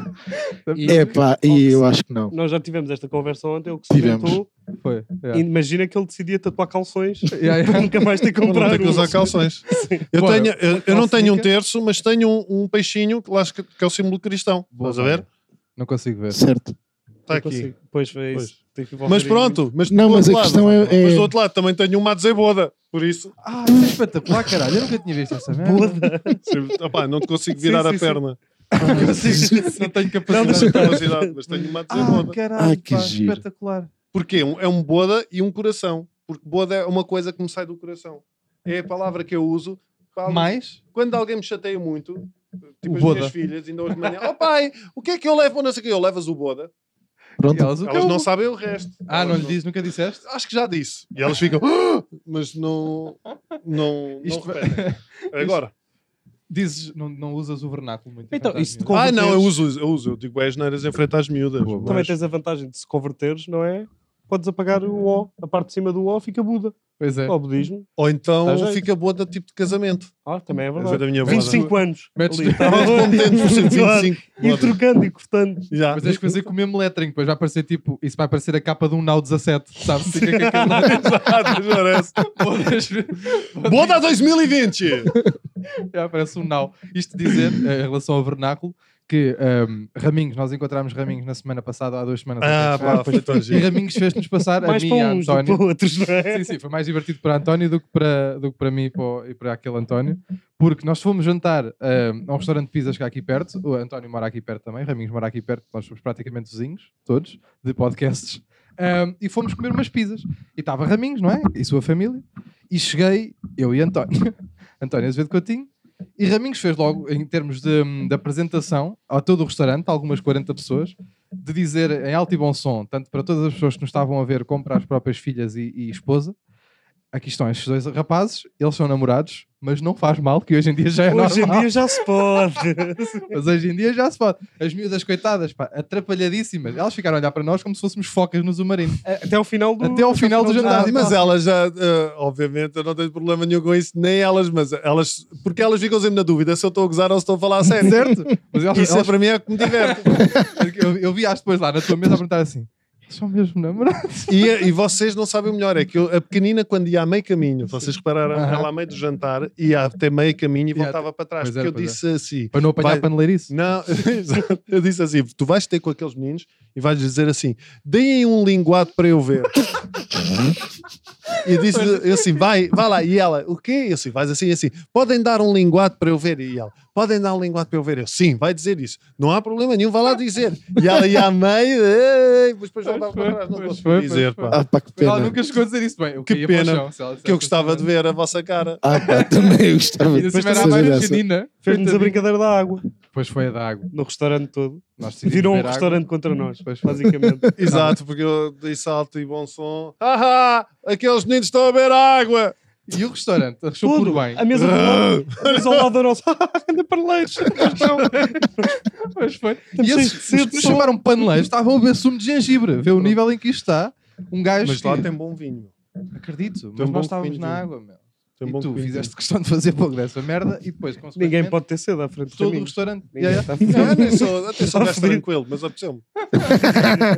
A: E-
D: Epá, e eu acho que não.
B: Nós já tivemos esta conversa ontem, eu que
D: Tivemos.
B: sustentou.
A: Foi. yeah.
B: Imagina que ele decidia tatuar calções
A: Yeah, yeah.
B: para nunca mais ter que
C: Não
B: comprar.
C: tem que
B: um.
C: usar calções. Eu,
A: Bora.
C: tenho, eu, eu não tenho um terço, mas tenho um, um peixinho que lá acho que que é o símbolo cristão.
A: Boa
C: Estás a ver?
A: ideia. Não consigo ver.
D: Certo.
C: Está
B: Não
C: aqui.
B: consigo. Pois foi isso. Tem que envolver
C: Mas
B: aí.
C: pronto, mas
D: Não,
C: do
D: mas
C: outro
D: a
C: lado-
D: questão é- é-
C: Mas do outro lado também tenho uma deseboda. Por isso,
A: Ah, isso é espetacular, caralho. Eu nunca tinha visto essa merda.
C: se- opá, não te consigo virar
B: Sim,
C: a
B: sim, sim.
C: perna.
A: Não tenho
C: Não,
A: capacidade.
C: tenho capacidade, mas tenho uma
A: Ah,
C: deseboda.
A: caralho,
D: Ah, que
A: pá,
D: giro.
A: espetacular.
C: Porquê? Um- É um boda e um coração. Porque boda é uma coisa que me sai do coração. É a palavra que eu uso. para algo-
A: Mais?
C: Quando alguém me chateia muito, tipo
A: O
C: as
A: boda.
C: minhas filhas, ainda hoje de manhã, oh pai, o que é que eu levo? Não sei o quê. Eu levas o boda.
A: E
D: Pronto.
A: elas o que
C: Elas
A: eu-
C: não sabem o resto.
A: Ah,
C: Elas
A: não lhe diz, nunca disseste?
C: Acho que já disse. E elas ficam, "Ah!" mas não. Não. não
A: Isto-
C: repetem. Agora.
A: Dizes, não, não usas o vernáculo muito. em
B: Então,
A: frente às
B: isso de
A: miúdas.
C: Ah, não, eu
B: converteres-
C: uso, eu uso. Eu digo as neiras em frente às miúdas.
A: Boa, boa.
B: Também
C: Mas-
B: tens a vantagem de se converteres, não é? Podes apagar o O. A parte de cima do O fica Buda.
A: Pois é.
B: Ou budismo.
C: Ou então
B: Dá jeito.
C: fica boa da tipo de casamento.
B: Ah, também é
C: Essa é
B: verdade.
C: da minha boda.
B: 25 anos.
A: Metes-
B: Ali, tá
C: Nós
B: bom.
C: contemos por 125
B: E
C: bodas.
B: trocando e cortando.
C: Já.
A: Mas tens que fazer com o mesmo lettering, depois vai parecer tipo, isso vai parecer a capa de um Now 17, sabe? Fica com é aquele lado.
C: Exato, parece.
A: Bodas-
C: Boda 2020!
A: Já parece um Now. Isto dizer, eh, em relação ao vernáculo, que ehm, Raminhos, nós encontramos Raminhos na semana passada, ou há duas semanas
C: Ah,
A: atrás.
C: pá, foi tão
A: e
C: giro.
A: Raminhos fez-nos passar a
B: Mais
A: mim e
B: para
A: a
B: uns do que
A: António.
B: para outros, não é?
A: Sim, sim, foi mais divertido para António do que para, do que para mim e para, o- e para aquele António, porque nós fomos jantar ahm, a um restaurante de pizzas que há aqui perto, o António mora aqui perto também, Raminhos mora aqui perto, nós somos praticamente vizinhos, todos, de podcasts, ahm, e fomos comer umas pizzas. E estava Raminhos, não é? E sua família, e cheguei, eu e António, António Azevedo Coutinho, e Raminhos fez logo, em termos de, hum, de apresentação, a todo o restaurante, algumas 40 pessoas, de dizer em alto e bom som, tanto para todas as pessoas que nos estavam a ver, como para as próprias filhas e, e esposa, aqui estão estes dois rapazes, eles são namorados, mas não faz mal, que hoje em dia já é
B: Hoje em
A: normal.
B: dia já se pode.
A: Mas hoje em dia já se pode. As miúdas coitadas, pá, atrapalhadíssimas, elas ficaram a olhar para nós como se fôssemos focas no submarino.
B: Até ao final do
A: Até ao final do jantar.
C: Ah, mas elas já, eh, obviamente, eu não tenho problema nenhum com isso, nem elas, mas elas, porque elas ficam sempre na dúvida se eu estou a gozar ou se estou a falar a sério.
A: é Certo? Mas elas,
C: Isso é
A: elas-
C: para mim é que me diverte.
A: eu, eu vi-as depois lá na tua mesa a perguntar assim: eles são mesmo namorados?
C: E, e vocês não sabem o melhor, é que eu- a pequenina, quando ia a meio caminho, vocês repararam,
A: Aham.
C: ela a meio do jantar, ia até meio caminho e
A: Ia
C: voltava para
A: Pois
C: trás. Porque
A: era,
C: eu
A: pois
C: disse assim:
A: Para não apanhar
C: Vai-
A: paneleirice.
C: Não, exato. eu disse assim: tu vais ter com aqueles meninos e vais dizer assim: deem um linguado para eu ver. e eu disse eu assim: vai, vai lá. E ela, o quê? Eu assim, vais assim, assim, podem dar um linguado para eu ver. E ela, podem dar um linguado para eu ver. Eu, sim, vai dizer isso. Não há problema nenhum, vai lá dizer. E ela ia a meio, "Ei", mas depois voltava
A: Pois
C: para
A: foi,
C: trás. Não
A: pois
C: consegui
A: foi, pois
C: dizer,
A: foi.
C: pá.
D: Ah, pá, que
A: Ela
D: pena.
A: nunca chegou a dizer isso bem. Eu
C: Que
A: caía para o
C: pena,
A: chão, se ela dissesse
C: Que eu
A: essa
C: gostava de
A: merda.
C: ver a vossa cara.
D: Ah, pá, também eu gostava.
A: Ainda cima
D: de
A: era a
D: fazer
A: mais
D: essa.
A: pequenina.
B: Fez-nos a brincadeira da água
A: Depois foi a da água.
B: no restaurante todo.
A: Nós decidimos
B: Virou um
A: beber água.
B: restaurante contra nós,
A: Pois foi.
B: basicamente.
C: Exato, porque eu dei salto e bom som. Haha, aqueles meninos estão a beber água.
A: E o restaurante achou
B: Tudo.
A: por bem.
B: A mesa, do lado, a mesa ao lado da nossa. Anda para leiros.
A: Pois foi.
B: Estamos
A: E
B: cheios de
A: esses
B: sede,
A: os que
B: só.
A: chamaram paneleiros estavam a beber sumo de gengibre. Vê o nível em que isto está. Um gajo.
C: Mas
A: que-
C: lá tem bom vinho.
A: Acredito,
C: tem
A: mas
C: um bom
A: nós estávamos na
C: vinho.
A: água, meu.
C: Tem
A: e
C: bom
A: tu
C: comida.
A: fizeste questão de fazer um pouco dessa merda e depois,
B: um Ninguém
A: consequentemente,
B: pode ter sede à frente de
A: todo
B: mim.
A: o restaurante.
B: Ninguém
A: Yeah,
B: está
A: yeah.
B: a fazer.
C: Não, eu nem sou, até sou
B: Só
C: um gajo
B: fodido.
C: tranquilo, mas apeteceu-me.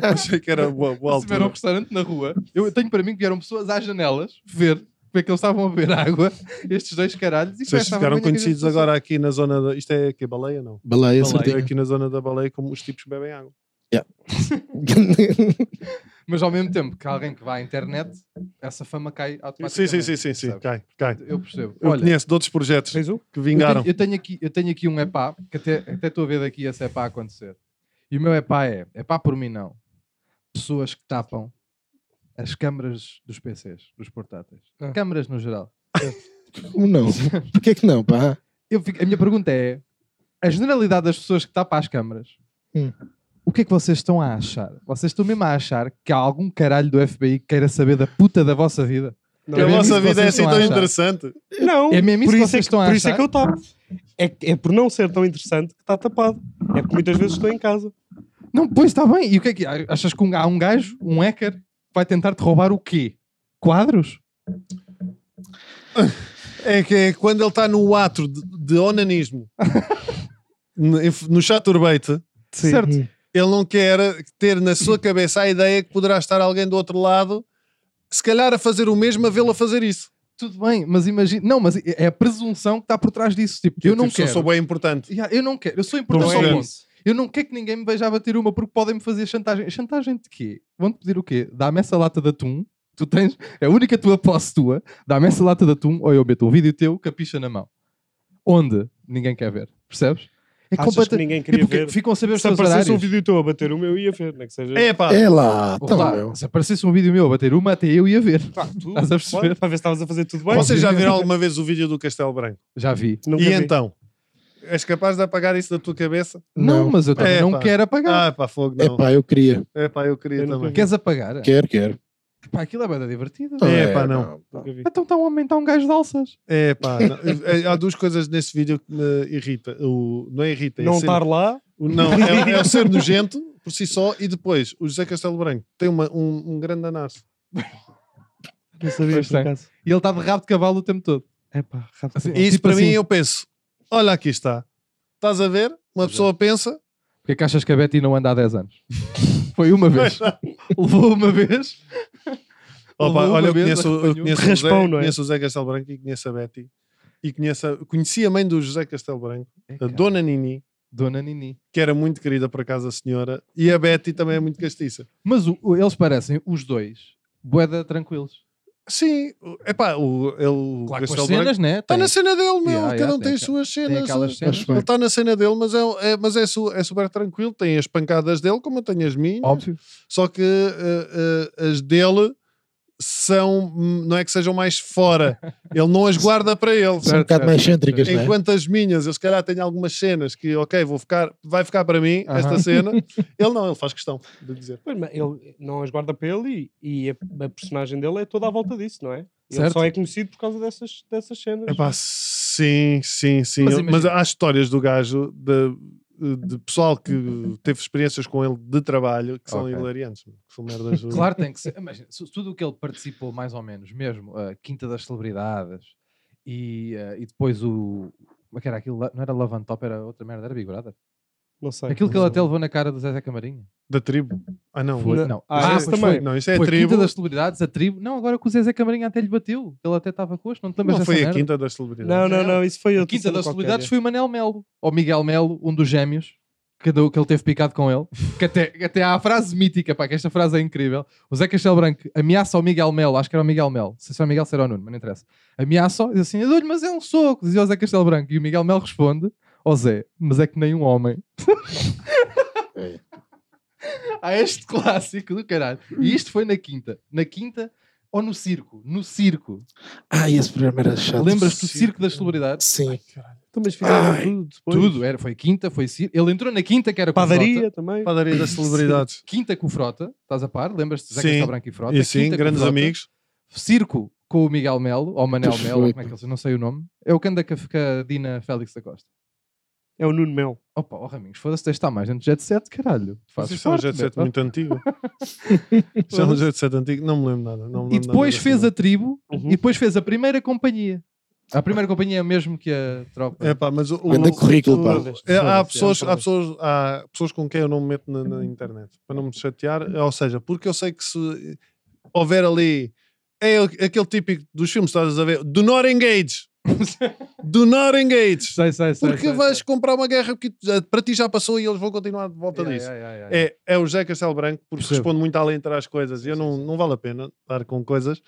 C: Achei que era boa, boa
A: Se tiver um
C: altura.
A: restaurante na rua, eu tenho para mim que vieram pessoas às janelas ver como é que eles estavam a beber água, estes dois caralhos. E
C: Vocês
A: essa
C: ficaram
A: vergonha que a gente
C: conhecidos
A: passou.
C: agora aqui na zona da. Isto é que baleia, não?
D: Baleia,
C: É
D: certinho.
C: aqui na zona da baleia como os tipos bebem água.
A: Mas ao mesmo tempo que alguém que vai à internet, essa fama cai automaticamente.
C: Sim, sim, sim, sim, sim.
A: percebes?
C: Cai, cai.
A: Eu percebo.
C: Eu
A: Olha,
C: conheço de outros projetos
B: Fez o?
C: que
A: eu tenho-
C: vingaram.
A: Eu tenho, aqui, eu tenho aqui um epá, que até, até estou a ver daqui esse epá acontecer. E o meu epá é, epá por mim não, pessoas que tapam as câmaras dos PCs, dos portáteis.
B: Ah.
A: Câmaras no geral.
D: Como Um não? Porquê que não, pá?
A: Eu fico- a minha pergunta é: a generalidade das pessoas que tapa as câmaras,
D: Hum.
A: o que é que vocês estão a achar? Vocês estão mesmo a achar que há algum caralho do FBI que queira saber da puta da vossa vida?
B: Não,
C: A
A: É mesmo
C: vossa
A: isso que
C: vida é
A: vocês
C: assim
A: estão a
C: tão
A: achar.
C: interessante.
B: Não,
A: É mesmo isso
B: por
A: que
B: isso
A: vocês
B: é que,
A: estão a
B: Por isso é
A: achar?
B: que eu tapo. É, que- é por não ser tão interessante que está tapado. É porque muitas vezes estou em casa.
A: Não, pois está bem. E o que é que achas que um- há um gajo, um hacker, que vai tentar te roubar o quê? Quadros?
C: É que é quando ele está no ato de, de onanismo no, em- no chaturbate,
A: Certo.
C: ele não quer ter na sua cabeça a ideia que poderá estar alguém do outro lado, se calhar a fazer o mesmo, a vê-lo a fazer isso.
A: Tudo bem, mas imagina. Não, mas é a presunção que está por trás disso. Tipo, eu, não
C: Tipo, se
A: quero.
C: sou bem importante.
A: Yeah, eu não quero. Eu sou importante
C: Não
A: ao
C: é
A: ponto. Eu não quero que ninguém me veja a bater uma porque podem-me fazer chantagem. Chantagem de quê? Vão-te pedir o quê? Dá-me essa lata de atum. Tu tens. É a única tua posse tua. Dá-me essa lata de atum ou eu meto um vídeo teu com a picha na mão. Onde? Ninguém quer ver. Percebes? É
B: Achas
A: completa-
B: que ninguém
A: É
B: queria
A: porque
B: ver?
A: Ficam a saber os
B: Se
A: teus
B: aparecesse
A: horários.
B: um vídeo teu a bater o meu, ia ver. Não é que seja...
C: É pá,
D: É lá,
A: Ou
D: então,
A: lá,
D: meu.
A: se aparecesse um vídeo meu a bater uma, até eu ia ver.
B: Pá, tu,
A: Estás a perceber?
B: claro, para ver se estavas a fazer tudo bem.
C: vocês já viram alguma vez o vídeo do Castelo Branco?
A: Já vi.
B: Nunca
C: e
B: vi.
C: então? És capaz de apagar isso da tua cabeça?
A: Não,
D: Não.
A: mas eu também
C: É,
A: não
C: pá.
A: quero apagar.
C: Ah, pá, fogo,
D: É
C: não.
D: pá, eu queria.
C: É pá, eu queria
B: Eu nunca
C: também.
B: vi.
A: Queres apagar?
D: Quero, quero.
A: Pá, aquilo é bada divertido.
D: Não
C: É, pá, não.
B: Nunca vi.
A: Então está um homem, está um gajo de alças.
C: É pá, não. É, há duas coisas nesse vídeo que me irrita. O, não é irrita, é
B: Não
C: ser-
B: estar lá,
C: O- Não, é, é o ser nojento por si só e depois o José Castelo Branco tem uma- um, um grande anarço.
B: não sabia
A: Pois
B: por
A: tem.
B: acaso.
A: E ele está de rabo de cavalo o tempo todo.
B: É pá, rápido.
A: Assim,
C: E isso
A: Tipo
C: para mim
A: assim.
C: eu penso: olha, aqui está. Estás a ver? Uma pessoa pensa,
A: Porque é que achas que a Betty não anda há 10 anos? Foi uma vez. Levou uma vez.
C: opa,
A: Levou uma
C: olha, eu
A: vez,
C: conheço, eu
A: apanhou.
C: conheço, o
B: Raspão,
C: José,
B: não é?
C: conheço o José Castelo Branco e conheço a Betty. E conheço a- conheci a mãe do José Castelo Branco,
A: É,
C: a
A: cara.
C: Dona Nini,
A: Dona Nini.
C: que era muito querida por acaso a senhora, e a Betty também é muito castiça.
A: Mas o- o- eles parecem, os dois, boeda tranquilos.
C: Sim, o- epá, o, ele, o
A: Claro, com as
C: Castelo
A: cenas,
C: Branco
A: né?
C: está
A: Tem-
C: Tá na cena dele, meu.
A: Yeah,
C: Cada
A: yeah,
C: um
A: tem
C: tem as
A: aquela-
C: suas
A: tem
C: cenas.
A: aquelas cenas.
D: Acho
C: Ele
D: bem.
C: está na cena dele, mas é, é- mas é, su- é super tranquilo. Tem as pancadas dele, como eu tenho as minhas.
A: Óbvio.
C: Só que eh, eh, as dele são, hum, não é que sejam mais fora. Ele não as guarda para ele.
D: São um
A: Certo,
D: bocado
A: certo.
D: mais cêntricas, não é?
C: Enquanto as minhas, eu se calhar tenho algumas cenas que, ok, vou ficar, vai ficar para mim esta
A: Aham.
C: cena. Ele não, ele faz questão de dizer.
B: Pois, mas ele não as guarda para ele e, e a, a personagem dele é toda à volta disso, não é? Ele
A: Certo.
B: só é conhecido por causa dessas, dessas cenas.
C: Epá, sim, sim, sim.
A: Mas
C: Eu- Mas,
A: imagina-
C: há histórias do gajo, de, de pessoal que teve experiências com ele de trabalho que são
A: Ok.
C: hilariantes. Que são merdas.
A: Claro, tem que ser. Imagina, se tudo o que ele participou, mais ou menos, mesmo a Quinta das Celebridades e, eh, e depois o. Como é que era aquilo? lá? Não era Love on Top, era outra merda, era Big Brother.
B: Não sei.
A: Aquilo que ele até levou na cara do Zezé Camarinha.
C: Da tribo. Ah, não.
A: Foi,
B: Não.
A: não.
B: Ah,
C: Isso
B: esse
C: foi-
B: também.
C: Não, isso é
A: foi
C: a
A: a
C: tribo.
A: Quinta das Celebridades, a tribo. Não, agora que o Zezé Camarinha até lhe bateu. Ele até estava coxo, não te lembras
C: Não
A: dessa
C: foi a
A: merda?
C: quinta das celebridades.
B: Não, não, não, isso foi
A: A
B: outro.
A: Quinta das Celebridades foi o Manel Melo. Ou Miguel Melo, um dos gêmeos. Que, deu- que ele teve picado com ele, que até, que até há a frase mítica, pá, que esta frase é incrível. O Zé Castelo Branco ameaça o Miguel Melo, acho que era o Miguel Melo, se era o Miguel, se era o Nuno, mas não interessa. Ameaça-o, diz assim: eu dou-lhe, mas é um soco, dizia o Zé Castelo Branco. E o Miguel Melo responde: Ó Zé, mas é que nem um homem.
D: É.
A: Há este clássico do caralho. E isto foi na quinta. Na quinta ou no circo? No circo.
D: Ah, esse programa era chato.
A: Lembras-te É do circo das celebridades?
D: Sim.
B: Então, mas fizeram
D: Ai,
B: tudo depois.
A: Tudo, era, foi quinta, foi circo. Ele entrou na quinta, que era com frota.
B: Padaria também.
C: Padaria das celebridades.
A: Quinta com o Frota, estás a par? Lembras-te de Zé
C: Sim.
A: Castelo Branco e Frota?
C: E sim,
A: Quinta com
C: grandes
A: Frota.
C: amigos.
A: Circo com o Miguel Melo, ou Manel
D: Perfeito.
A: Melo, ou como é que ele se- não sei o nome. É o que anda com a- com a Dina Félix da Costa.
B: É o Nuno Mel.
A: Opa, ó Raminhos, foda-se, tens de estar mais dentro de Jet Set, caralho. Tu
C: Mas
A: fazes
C: isso é um
A: parte,
C: jet set
A: meu.
C: muito antigo. Isso é um jet set antigo. Não me lembro nada. não me
A: E
C: lembro nada
A: depois
C: desse
A: fez
C: nome.
A: a tribo,
B: Uhum.
A: e depois fez a primeira companhia. A primeira companhia é a mesmo que a tropa.
C: É pá, mas o.
D: Grande
C: o-
D: currículo, pá.
C: o- é, há,
B: Foda-se,
C: pessoas,
B: é um
C: há, pessoas, há pessoas com quem eu não me meto na, na internet para não me chatear, É, ou seja, porque eu sei que se houver ali é o- aquele típico dos filmes, estás a ver? Do not engage! Do not engage!
A: Sei, sei, sei,
C: Porque
A: sei,
C: vais
A: sei.
C: comprar uma guerra que já- para ti já passou e eles vão continuar de volta
A: Yeah,
C: disso.
A: yeah, yeah, yeah.
C: É, é o é José Castelo Branco, porque
A: Percebo.
C: responde muito além entre as coisas. E eu não, não vale a pena estar com coisas.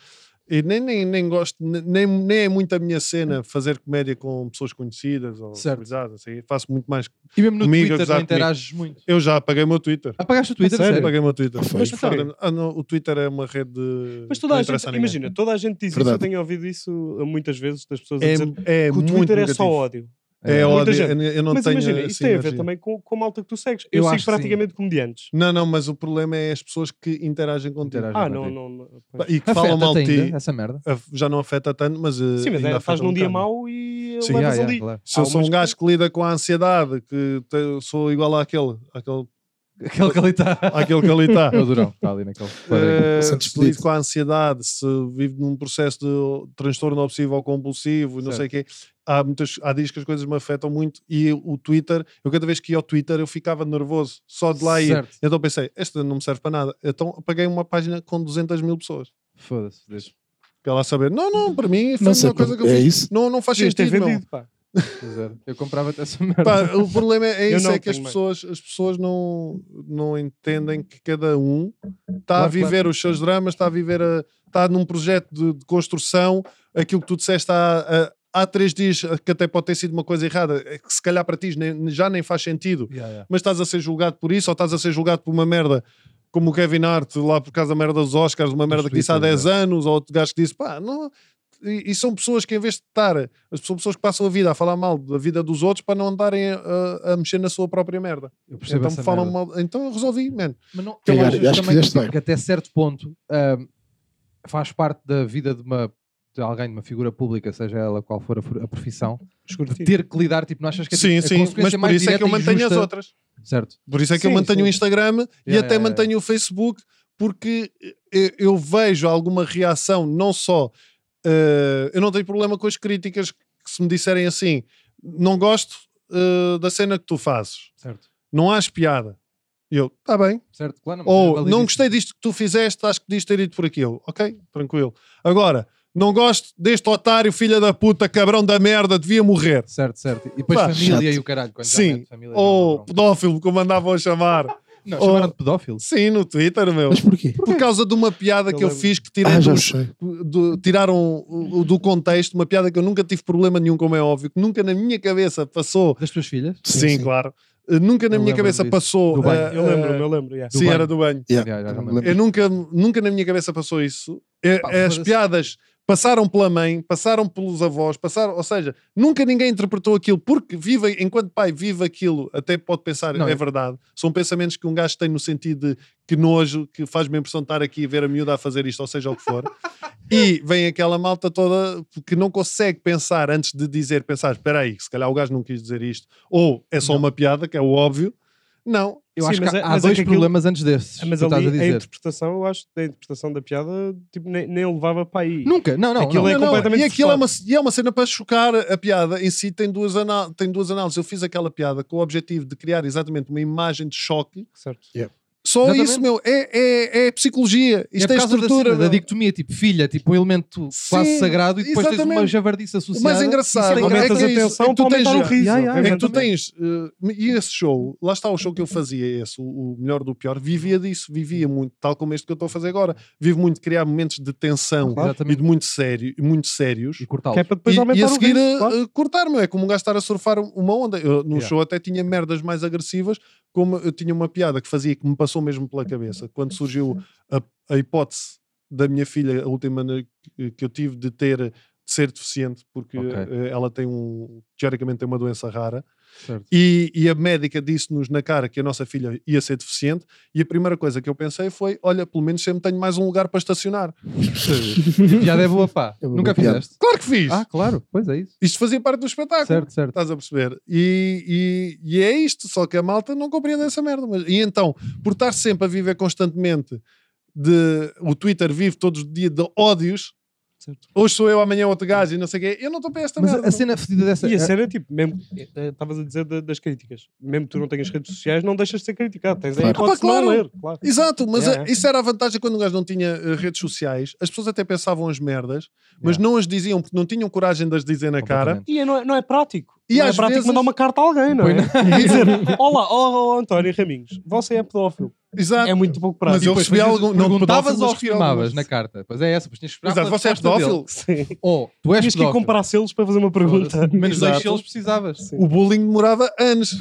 C: E nem, nem, nem gosto, nem, nem é muito a minha cena fazer comédia com pessoas conhecidas ou
A: Certo.
C: celebridades. assim. Faço muito mais.
A: E mesmo no
C: Comigo,
A: Twitter não
C: exato,
A: interages muito.
C: Eu já apaguei o meu Twitter.
A: Apagaste o Twitter,
B: A sério?
A: sério?
C: Apaguei o meu Twitter.
D: Foi.
B: Mas porquê?
C: Ah, não, o Twitter é uma rede.
B: Mas
C: que
B: toda
C: não
B: a
C: interessa
B: gente,
C: ninguém.
B: imagina, toda a gente diz isso.
D: Verdade.
B: Eu tenho ouvido isso muitas vezes das pessoas a
C: É,
B: dizer
C: é
B: que o
C: muito
B: Twitter é
C: negativo.
B: só ódio.
C: É,
B: muita
C: ódio.
B: gente.
C: Eu não
B: Mas
C: tenho assim
B: imagina,
C: essa
B: isto tem a ver
C: energia.
B: também com, com a malta que tu segues.
A: Eu
B: Eu,
A: acho
B: sigo
A: que sim.
B: praticamente comediantes.
C: Não, não, mas o problema é as pessoas que interagem contigo.
A: Interagem
B: Ah,
A: contigo.
B: não, não. não.
C: Pá, E que falam mal
A: Afeta-te
C: de ti.
A: ainda, né? essa merda.
C: Af- Já não afeta tanto, mas. eh,
B: Sim,
C: ainda
B: mas é,
C: afeta
B: estás num
C: um
B: dia
C: bocado.
B: mau e
C: Sim,
B: levas um
A: Ya, ya,
B: ali.
A: claro.
C: Se eu
B: Há
C: sou
B: umas
C: um gajo que lida com a ansiedade, que te- sou igual àquele, àquele,
A: Aquele que ali tá. está.
C: àquele que ali está.
A: É o Durão, está ali naquele. quadradinho.
C: Eh,
D: Santos
C: se lido
D: Pedido.
C: com a ansiedade, se vive num processo de transtorno obsessivo ou compulsivo, não sei o quê, há, muitas, há dias que as coisas me afetam muito e o Twitter, eu cada vez que ia ao Twitter eu ficava nervoso, só de lá ir.
A: Certo.
C: Então pensei, esta não me serve para nada. Então apaguei uma página com 200 mil pessoas.
A: Foda-se, fodeste.
C: Para lá saber, não, não, para mim foi
D: Não
C: a
D: sei,
C: melhor coisa que eu
D: é
C: fiz.
D: isso.
C: Não, não faz
B: Podias ter
C: sentido, meu.
B: é vendido, pá.
A: Zero. Eu comprava-te essa merda.
C: Pá, o problema é
B: Eu
C: isso,
B: não
C: é que as
B: tenho mais.
C: pessoas, as pessoas não, não entendem que cada um está a
A: Claro,
C: viver os seus dramas, está a viver, a- está num projeto de, de construção, aquilo que tu disseste há, há, há três dias, que até pode ter sido uma coisa errada, é que se calhar para ti nem- já nem faz sentido,
A: Ya, ya.
C: mas estás a ser julgado por isso, ou estás a ser julgado por uma merda como o Kevin Hart, lá por causa da merda dos Oscars, uma merda que disse há
A: Twitter,
C: 10 anos, ou outro gajo que disse, pá, não... E, e são pessoas que em vez de estar, as são pessoas que passam a vida a falar mal da vida dos outros para não andarem a, a mexer na sua própria merda.
A: Eu percebo
C: Então
A: essa
C: falam
A: merda.
C: mal, então eu resolvi, man.
A: Mas não,
D: Sim,
A: eu
D: acho-
A: acho,
D: acho que
A: também
D: fizeste bem.
A: que até certo ponto ahm, faz parte da vida de uma de alguém, de uma figura pública, seja ela qual for a, fur- a profissão, de
B: Escurecido.
A: ter que lidar, tipo, não achas que é, tipo,
C: Sim,
A: a
C: sim,
A: consequência
C: mas por
A: mais
C: isso é que
A: direta
C: eu
A: e
C: mantenho as
A: justa-
C: outras.
A: Certo.
C: Por isso é que eu
B: Sim,
C: mantenho o
B: sim.
C: Instagram e
A: Yeah,
C: até
A: yeah,
C: mantenho o Facebook, porque eu, eu vejo alguma reação, não só. eh, eu não tenho problema com as críticas que se me disserem assim, não gosto eh, da cena que tu fazes,
A: Certo.
C: não acho piada. E eu, tá bem.
A: Certo, claro. mas é
C: Ou
A: validíssimo.
C: não gostei disto que tu fizeste, acho que podias ter ido por aquilo. Ok, tranquilo. Agora, não gosto deste otário, filha da puta, cabrão da merda, devia morrer.
A: Certo, certo. E depois
C: Pá,
A: família
D: chato.
A: e o caralho. Quando já
C: Sim.
A: mete família, já
C: Ou
A: dá bronca.
C: pedófilo, como andavam a chamar.
A: Não,
C: ou-
A: chamaram de pedófilo.
C: Sim, no Twitter, meu.
D: Mas porquê?
C: Por causa de uma piada
B: Eu
C: que eu
B: lembro.
C: fiz que tirei
D: Ah, já
C: dos-
D: sei.
C: do- tiraram o- o do contexto, uma piada que eu nunca tive problema nenhum, como é óbvio, que nunca na minha cabeça passou.
A: Das tuas filhas?
D: Sim,
C: Sim,
D: sim.
C: claro. Eh, Nunca na
A: Eu
C: minha
A: lembro
C: cabeça
A: disso.
C: passou.
A: Do banho.
C: eh,
B: Eu lembro-me, eu lembro. yeah.
C: Sim,
A: banho.
C: era do banho.
D: Yeah.
A: Já, já, já me
D: Lembro.
C: Eu nunca, nunca na minha cabeça passou isso. É-
A: Pá,
C: as
A: foda-se.
C: piadas passaram pela mãe, passaram pelos avós, passaram, ou seja, nunca ninguém interpretou aquilo porque vive, enquanto pai vive aquilo, até pode pensar,
A: Não,
C: é
A: eu-
C: verdade. São pensamentos que um gajo tem no sentido de que nojo, que faz-me a impressão de estar aqui e ver a miúda a fazer isto, ou seja, o que for. e vem aquela malta toda que não consegue pensar antes de dizer, pensar, espera aí, se calhar o gajo não quis dizer isto, ou é só
A: Não.
C: uma piada, que é o óbvio. Não,
A: Eu
B: Sim,
A: acho
B: mas
A: que
B: é-
A: há
B: mas é
A: dois
B: que aquilo-
A: problemas antes desses.
B: Mas
A: tu estás
B: ali
A: a
B: a,
A: dizer.
B: interpretação, eu acho, da interpretação da piada, tipo, nem, nem levava para aí.
A: Nunca, não, não.
B: Aquilo
A: não.
B: é
C: Não, não,
B: completamente
C: e aquilo é
B: disparado.
C: uma, e é uma cena para chocar a piada em si tem duas, ana- tem duas análises eu fiz aquela piada com o objetivo de criar exatamente uma imagem de choque
B: Certo.
C: só
A: Exatamente.
C: isso meu é, é, é psicologia
A: é
C: isto
A: por
C: é,
A: causa da
C: estrutura
A: cena, da,
C: meu.
A: dicotomia, tipo filha, tipo um elemento quase
C: Sim,
A: sagrado e depois tens uma
C: exatamente.
A: javardice
C: o
A: associada.
C: mais
A: Isso
C: engraçado
A: é
C: é que
B: Aumentas
C: é
B: a
C: isso,
B: tensão
C: é que tu
B: para
C: tens
B: aumentar o riso.
A: Ya, ya,
C: é que tu tens
B: eventualmente.
C: eh, e esse show lá está o show que eu fazia esse o, o melhor do pior vivia disso vivia muito tal como este que eu estou a fazer agora vivo muito de criar momentos de tensão
A: Claro.
C: e de muito sério e muito sérios
A: E cortá-lo.
B: Que é para depois
C: E,
B: aumentar
C: e a
B: o
C: seguir
B: risco, claro.
C: uh, uh, cortar, meu. É como um gajo estar a surfar uma onda. Eu, no
B: Yeah.
C: show até tinha merdas mais agressivas, como eu tinha uma piada que fazia que me passou mesmo pela cabeça. Quando surgiu a, a hipótese da minha filha, a última na- que que eu tive de ter, de ser deficiente, porque
A: Ok.
C: uh, ela tem um, teoricamente tem uma doença rara,
A: Certo.
C: e, e a médica disse-nos na cara que a nossa filha ia ser deficiente, e a primeira coisa que eu pensei foi: olha, pelo menos sempre tenho mais um lugar para estacionar.
A: Piada é boa, pá.
D: É uma
A: Nunca
D: boa piada.
A: fizeste.
C: Claro que fiz!
A: Ah, claro, pois é isso.
C: Isto fazia parte do espetáculo.
A: Certo, certo.
C: Estás a perceber? E, e- e é isto, só que a malta não compreende essa merda. Mas, e então, por estar sempre a viver constantemente de. O Twitter vive todos os dias de ódios.
B: Certo.
C: Hoje sou eu, amanhã é outro gajo e não sei o quê. Eu não estou para esta
A: Mas
C: merda.
A: a cena fedida dessa.
B: E
C: eh,
B: a cena, tipo, mesmo, eh, eh, estavas a dizer da- das críticas, mesmo que tu não tenhas redes sociais, não deixas de ser criticado, tens a
D: Claro.
B: hipótese
C: Ah, pá,
B: de não
C: claro.
B: ler, claro.
C: Exato, mas
B: Yeah,
C: a-
B: yeah.
C: isso era a vantagem quando um gajo não tinha eh, redes sociais. As pessoas até pensavam as merdas, mas
A: Yeah.
C: não as diziam porque não tinham coragem de as dizer na cara.
A: Completamente.
B: E é- não é, não é prático.
C: E
B: não é
C: às
B: prático
C: vezes-
B: oh, mandar uma carta a alguém, não é? E dizer, olá, ó, ó, António Raminhos, você é pedófilo.
C: Exato.
B: É muito pouco prazo.
C: Mas eu recebi algo. Não,
A: Perguntavas
C: pedófilo,
A: ou
C: mas recebi algumas.
A: afirmavas na carta? Pois é essa, pois tinhas que esperar
C: Exato,
A: pela
C: você é
A: resposta dele.
C: pedófilo.
B: Sim.
A: Ou tu és
B: Tinhas que ir
A: pedófilo.
B: comprar selos para fazer uma pergunta.
A: Menos dois
C: Exato.
A: selos precisavas.
B: Sim.
C: O bullying demorava anos.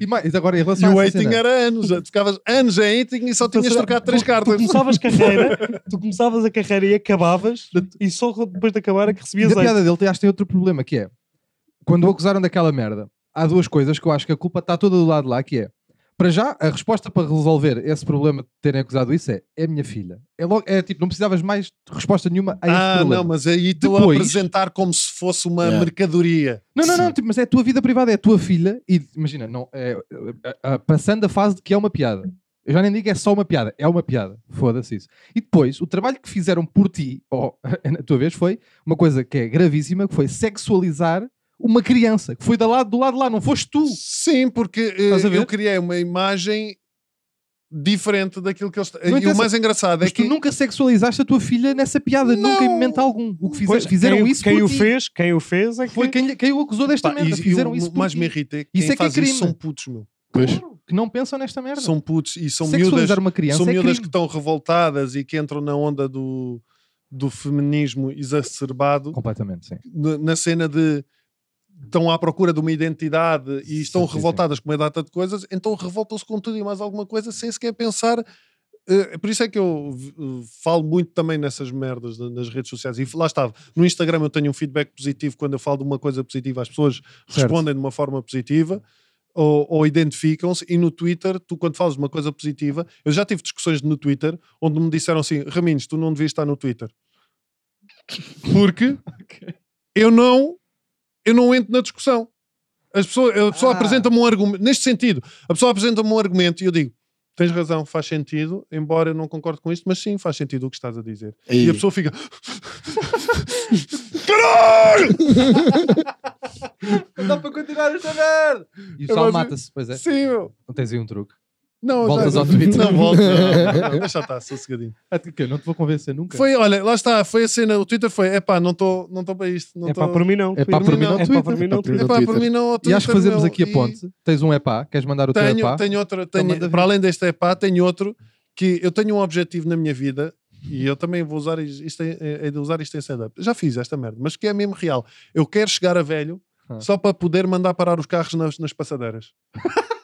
A: E mais, agora em
C: E
A: relação
C: o
A: a
C: waiting era anos. Tu ficavas anos em waiting e só tinhas trocado três
B: Tu
C: cartas.
B: começavas carreira, tu começavas a carreira e acabavas, e só depois de acabar é que
A: E
B: recebias
A: a
B: azeite.
A: piada dele tem- acho que tem outro problema, que é quando o acusaram daquela merda, há duas coisas que eu acho que a culpa está toda do lado de lá, que é para já, a resposta para resolver esse problema de terem acusado isso é é a minha filha. É, logo, é tipo, não precisavas mais de resposta nenhuma a esse
C: Ah,
A: problema.
C: não, mas aí tu a
A: Depois-
C: apresentar como se fosse uma
D: Yeah.
C: mercadoria.
A: Não, não, não, tipo, mas é a tua vida privada, é a tua filha, e imagina, não, é, é, é, passando a fase de que é uma piada. Eu já nem digo é só uma piada, é uma piada. Foda-se isso. E depois, o trabalho que fizeram por ti, ou na tua vez, foi uma coisa que é gravíssima, que foi sexualizar uma criança, que foi da lado, do lado de lá, não foste tu.
C: Sim, porque eh,
A: Uh! Estás a ver?
C: eu criei uma imagem diferente daquilo que eles.
A: Não
C: E o
A: interessa.
C: mais engraçado
A: Mas
C: é que.
A: tu nunca sexualizaste a tua filha nessa piada,
C: Não.
A: nunca em momento algum. O que fize-
B: Pois,
A: fizeram
B: quem, o-
A: isso
B: quem
A: por
B: o
A: ti.
B: fez, quem o fez é que
A: Foi quem, quem o acusou desta
C: Pá,
A: merda.
C: e- e
A: Fizeram
C: o
A: isso por
C: mais
A: ti.
C: me irrita é que
A: Isso
C: quem
A: é que é
C: faz isso
A: crime.
C: são putos, meu.
D: Pois.
A: Que não pensam nesta merda.
C: São putos e são miúdas,
A: Sexualizar uma criança
C: são
A: é
C: miúdas
A: crime.
C: que estão revoltadas e que entram na onda do, do feminismo exacerbado
A: Completamente, sim.
C: na na cena de estão à procura de uma identidade e estão
A: Sim, sim,
C: revoltadas com uma data de coisas, então revoltam-se com tudo e mais alguma coisa sem sequer pensar. Eh, Por isso é que eu v- eh, falo muito também nessas merdas na- nas redes sociais. E lá estava, no Instagram eu tenho um feedback positivo quando eu falo de uma coisa positiva, as pessoas
A: Certo.
C: respondem de uma forma positiva ou, ou identificam-se. E no Twitter, tu quando falas de uma coisa positiva, eu já tive discussões no Twitter onde me disseram assim: Raminhos, tu não devias estar no Twitter. Porque eu não eu não entro na discussão. As pessoas, a pessoa
A: Ah.
C: apresenta-me um argumento, neste sentido, a pessoa apresenta-me um argumento e eu digo: tens razão, faz sentido, embora eu não concorde com isto, mas sim, faz sentido o que estás a dizer. E a pessoa fica:
A: Não dá para continuar esta merda! E o Sal
C: mas-
A: mata-se, pois é.
C: sim, meu.
A: Não tens aí um truque.
C: Não,
A: Voltas
C: já-
A: ao Twitter.
C: Não, volto. não, não, deixa estar, sossegadinho.
A: Ah, Não te vou convencer nunca.
C: Foi, olha, lá está, foi a cena, o Twitter foi: epá, não estou não tô para isto. Não
B: é
C: tô...
B: pá, por mim não.
A: É pá, por mim não,
B: É pá,
A: Twitter.
B: por mim não.
D: por mim
C: Epá,
D: no
C: por mim
D: Twitter.
C: não, ao
A: E acho que
C: Twitter,
A: fazemos
C: meu.
A: aqui a
C: E-
A: ponte. Tens um epá, queres mandar o teu
C: tenho,
A: epá?
C: tenho outra,
A: Então
C: tenho-
A: manda
C: para
A: vir.
C: além deste epá, tenho outro que eu tenho um objetivo na minha vida e eu também vou usar is- isto em, é de usar isto em stand-up. Já fiz esta merda, mas que é mesmo real. Eu quero chegar a velho
A: Ah.
C: só para poder mandar parar os carros nas, nas passadeiras.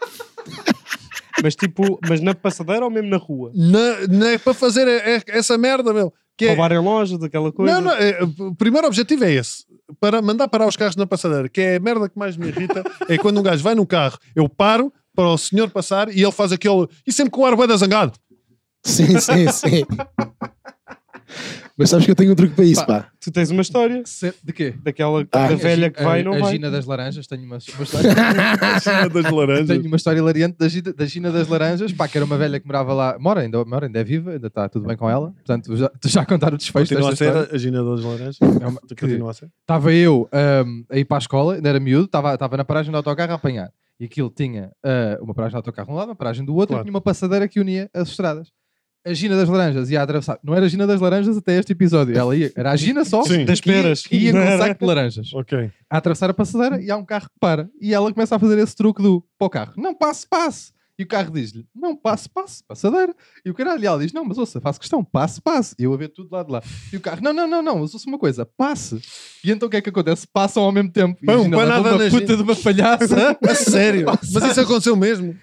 B: Mas tipo, mas na passadeira ou mesmo na rua?
C: Na, na- para fazer é- é essa merda, meu. Que é,
B: Roubarem lojas, daquela coisa?
C: não, não, é- o primeiro objetivo é esse. Para mandar parar os carros na passadeira, que é a merda que mais me irrita, é quando um gajo vai num carro, eu paro para o senhor passar e ele faz aquele. E sempre com o ar bué da zangado.
D: Sim, sim, sim. Mas sabes que eu tenho um truque para isso, pá.
B: Tu tens uma história
A: Se- De quê?
B: daquela
D: Ah.
B: da velha que vai
A: a,
B: e não
A: a
B: vai.
A: Gina das Laranjas, tenho uma, uma história,
C: Em cima das laranjas.
A: tenho uma história hilariante da Gina, da Gina das Laranjas, pá, que era uma velha que morava lá, mora ainda, mora, ainda é viva, ainda está tudo bem com ela. Portanto, já, já contaram o desfecho
C: Continua
A: desta
C: a ser
A: história.
C: a Gina das Laranjas.
A: É uma- que-
C: Continua a ser.
A: Estava eu ahm, a ir para a escola, ainda era miúdo, estava estava na paragem do autocarro a apanhar. E aquilo tinha ah, uma paragem do autocarro de um lado, uma paragem do outro,
C: Claro.
A: e tinha uma passadeira que unia as estradas. A Gina das Laranjas ia atravessar. Não era a Gina das Laranjas até este episódio. Ela ia, era a Gina só,
C: Sim.
B: Das
A: que ia-
B: peras.
A: que ia com
B: Não
A: um
B: era?
A: saco de laranjas.
C: Ok.
A: A atravessar a passadeira e há um carro que para. E ela começa a fazer esse truque do para o carro: não passe, passe. E o carro diz-lhe: não passe, passe, passadeira. E o caralho, e ela diz: não, mas ouça, faço questão, passe, passe. E eu a ver tudo lá de lá. E o carro: não, não, não, não, mas ouça uma coisa, passe. E então o que é que acontece? Passam ao mesmo tempo. E
C: Pão,
A: Imagina,
C: para
A: leva
C: nada
A: uma
C: na
A: puta
C: gente.
A: de uma palhaça.
C: A sério? Mas isso aconteceu mesmo?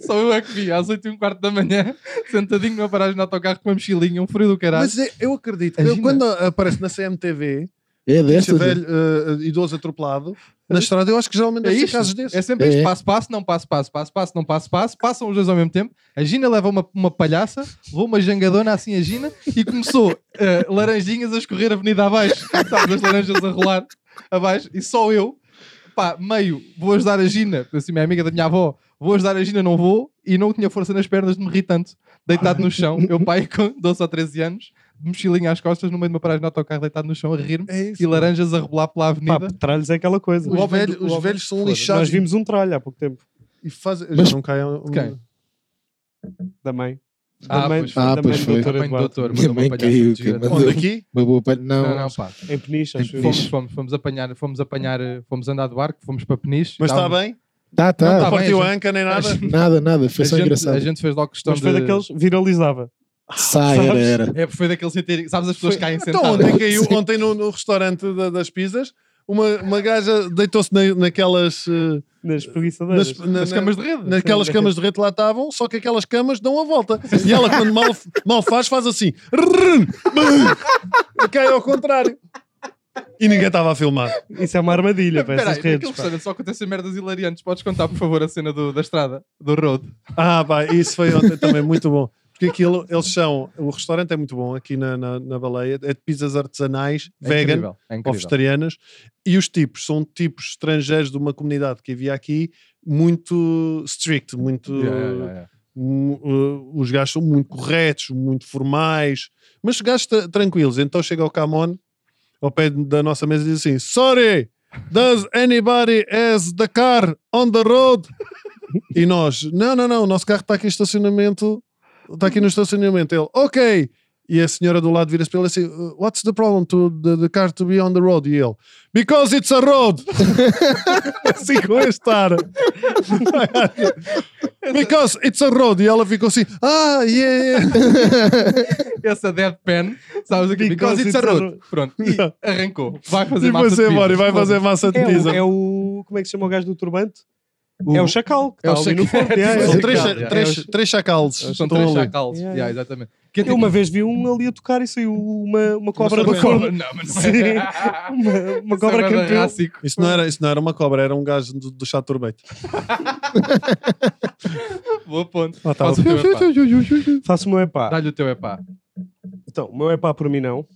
A: Só eu é que vi, às 8 e um quarto da manhã, sentadinho numa paragem de autocarro com uma mochilinha, um frio do caralho.
C: Mas é- eu acredito.
A: A
C: Eu,
A: Gina-
C: quando aparece na CMTV,
D: É
C: este
D: desta.
C: velho eh, idoso atropelado, na estrada, eu acho que geralmente
A: É
C: deve ser
A: isto?
C: casos desses.
A: É sempre
D: É.
A: isto: passo, passo, não passo, passo, passo, passo, não passo, passo, passam os dois ao mesmo tempo. A Gina leva uma, uma palhaça, levou uma jangadona assim a Gina e começou eh, laranjinhas a escorrer a avenida abaixo, sabe, as laranjas a rolar abaixo, e só eu, pá, meio, vou ajudar a Gina, assim, minha amiga da minha avó, vou ajudar a Gina, não vou, e não tinha força nas pernas de me rir tanto, deitado no chão, meu pai com 12 ou 13 anos, de mochilinha às costas, no meio de uma paragem de autocarro, deitado no chão a rir-me,
C: É isso.
A: e laranjas a rebolar pela
B: Pá,
A: avenida.
B: tralhos é aquela coisa.
A: O
C: Os,
A: homem
C: velhos,
A: do-
C: os
A: o homem-
C: velhos são
A: Foda-se.
C: lixados
B: Nós vimos um tralho há pouco tempo.
C: e fazem.
D: Mas-
C: não caiam.
A: quem?
B: Da mãe.
A: Ah,
B: Da mãe,
A: pois foi.
B: da
D: Ah, pois
B: mãe
D: foi.
B: do Dr.
A: Também
B: Eduardo.
A: doutor,
D: Minha
A: mandou uma
D: mãe
A: palhaça
D: caiu,
A: muito
D: que
A: gira.
D: mandou-
C: Onde aqui?
D: Uma boa palha- Não,
A: Não, não, pá.
B: Em Peniche, acho eu.
A: Fomos, fomos, fomos apanhar, fomos apanhar, eh, fomos andar do barco, fomos para Peniche.
C: Mas está
A: Estávamos-
C: bem?
D: Tá,
A: tá
C: Não
D: tá.
A: bem,
C: partiu
A: a
C: a anca nem nada.
D: Nada, nada. Foi só
A: gente,
D: engraçado.
A: a gente fez logo questão
B: Mas foi
A: de...
B: daqueles, viralizava.
D: Sai, era, era.
A: É, foi daqueles sentir... Sabes, as pessoas caem
C: Então,
A: sentadas.
C: ontem caiu, ontem no, no restaurante da- das pizzas, uma, uma gaja deitou-se na- naquelas, eh,
B: Nas
C: nas,
B: preguiçadeiras.
C: na-
A: Nas
C: na-
A: camas de rede.
C: naquelas camas de rede lá estavam, só que aquelas camas dão a volta. E ela, quando mal, mal faz, faz assim. E Cai ao contrário. E ninguém estava a filmar.
B: Isso é uma armadilha para
A: Espera
B: essas
A: aí, naquele
B: redes. pá.
A: restaurante só acontecem merdas hilariantes. Podes contar, por favor, a cena do- da estrada, do road.
C: Ah, pá, isso foi ontem também muito bom. Porque aquilo, eles são. O restaurante é muito bom aqui na, na, na baleia, é de pizzas artesanais,
A: É
C: vegan.
A: incrível, é
C: ou
A: incrível.
C: vegetarianas, e os tipos são tipos estrangeiros de uma comunidade que havia aqui muito strict, muito
A: Yeah, yeah, yeah, yeah.
C: mu- uh, os gajos são muito corretos, muito formais, mas gajos tra- tranquilos. Então chega o Camon ao pé da nossa mesa e diz assim: Sorry, does anybody has the car on the road? E nós, não, não, não, o nosso carro está aqui em estacionamento, está aqui no estacionamento. Ele, ok. E a senhora do lado vira-se para ele assim: What's the problem to the, the car to be on the road? E ele, Because it's a road! assim com este ar. Because it's a road. E ela ficou assim: Ah, yeah, yeah.
A: Essa deadpan, sabes aqui? Because, it's a road. Pronto, e arrancou. Vai fazer
C: E
A: massa de
C: vai-se embora, e
A: pizza.
C: vai fazer massa de
B: É o,
C: pizza.
B: é o. Como é que se chama o gajo do turbante?
A: O-
B: É o chacal. Que
A: É o
B: está ali no
A: chacal.
B: forno.
A: É
B: Yeah,
A: o
B: é
C: São
B: o
C: três,
B: chacal.
A: Ricardo, é,
C: três, três chacales.
A: São
C: Estão
A: três
C: ali. tipo,
A: chacales. Yeah,
B: Yeah, yeah.
A: exatamente. Que é
B: Eu uma vez vi um ali a tocar e saiu uma, uma cobra
C: Uma
B: do forno.
A: Não, mas não
B: Sim.
A: é.
B: Uma, uma cobra
A: Isso é
B: campeã.
A: rássico.
C: Isso não, era, isso não era uma cobra, era um gajo do, do chá de turbete.
A: Boa ponte.
B: Ah, tá.
A: Faz o teu epá.
B: Faço o meu epá.
A: Dá-lhe o teu epá.
B: Então, o meu é pá por mim não.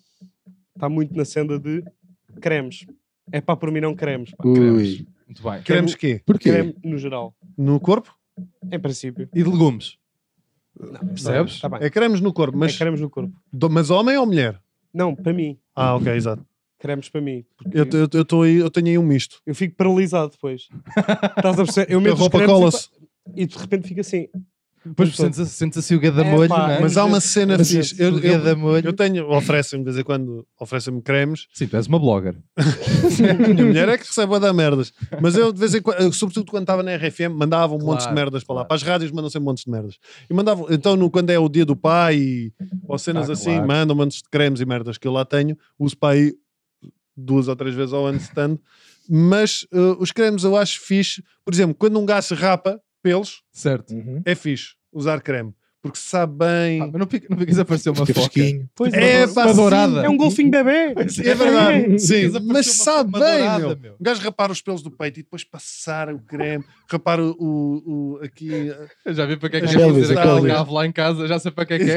B: Está muito na senda de cremes. É pá por mim não cremes. pá.
D: Ui.
A: Muito bem.
C: Queremos quê?
D: Porquê?
B: Creme no geral.
C: No corpo?
B: Em princípio.
A: E de legumes? Percebes?
B: Percebes? Tá bem.
C: É queremos no corpo,
B: Mas...
C: mas,
B: É cremes no corpo.
C: do- mas homem ou mulher?
B: Não, para mim.
C: Ah, ok, exato.
B: Cremes para mim. Porque
C: Eu,
B: eu,
C: eu, eu, tô aí, eu tenho aí um misto.
B: fico paralisado depois. Estás a perceber? Eu
C: A
B: meto os
C: roupa
B: cremes e,
C: cola-se.
B: pá- e de repente fico assim.
A: Depois sentes, sentes assim o gadamolho,
B: Epá,
A: não é?
C: Mas há uma cena
A: Mas
C: fixe.
A: é-
C: Eu, eu,
A: gadamolho.
C: eu tenho, oferecem-me de vez em quando, oferecem-me cremes.
A: Sim, tu és uma blogger.
C: A minha mulher é que recebe a dar merdas. Mas eu, de vez em quando, eu, sobretudo quando estava na RFM, mandava um
A: Claro,
C: monte de merdas para lá.
A: claro.
C: Para as rádios mandam sempre montes de merdas. E mandavam, então, no- quando é o dia do pai e- ou cenas
A: Ah,
C: assim,
A: claro.
C: mandam montes de cremes e merdas que eu lá tenho. Uso para aí duas ou três vezes ao ano stand. Mas eh, os cremes eu acho fixe. Por exemplo, quando um gajo se rapa pelos,
A: Certo.
D: Uhum.
C: é fixe usar creme. Porque se sabe bem.
A: Ah, mas não fica- não ficas a parecer uma
D: Fica
A: foca.
D: fresquinho.
B: Pois
C: É,
B: mas-
C: pá,
A: Uma
C: sim,
A: dourada.
B: é um golfinho bebê.
C: É verdade, sim,
A: Mas
C: mas
A: apareceu uma
C: sabe
A: forma
C: bem,
A: dourada,
C: meu.
A: meu.
C: Um gajo rapar os pelos do peito e depois passar o creme, rapar o, o- o- aqui.
A: Eu já vi para que é que
C: As
A: é
D: pelvis,
A: fazer
C: as
A: aquele
C: pelvis.
A: cavo lá em casa, já sei para que é que é.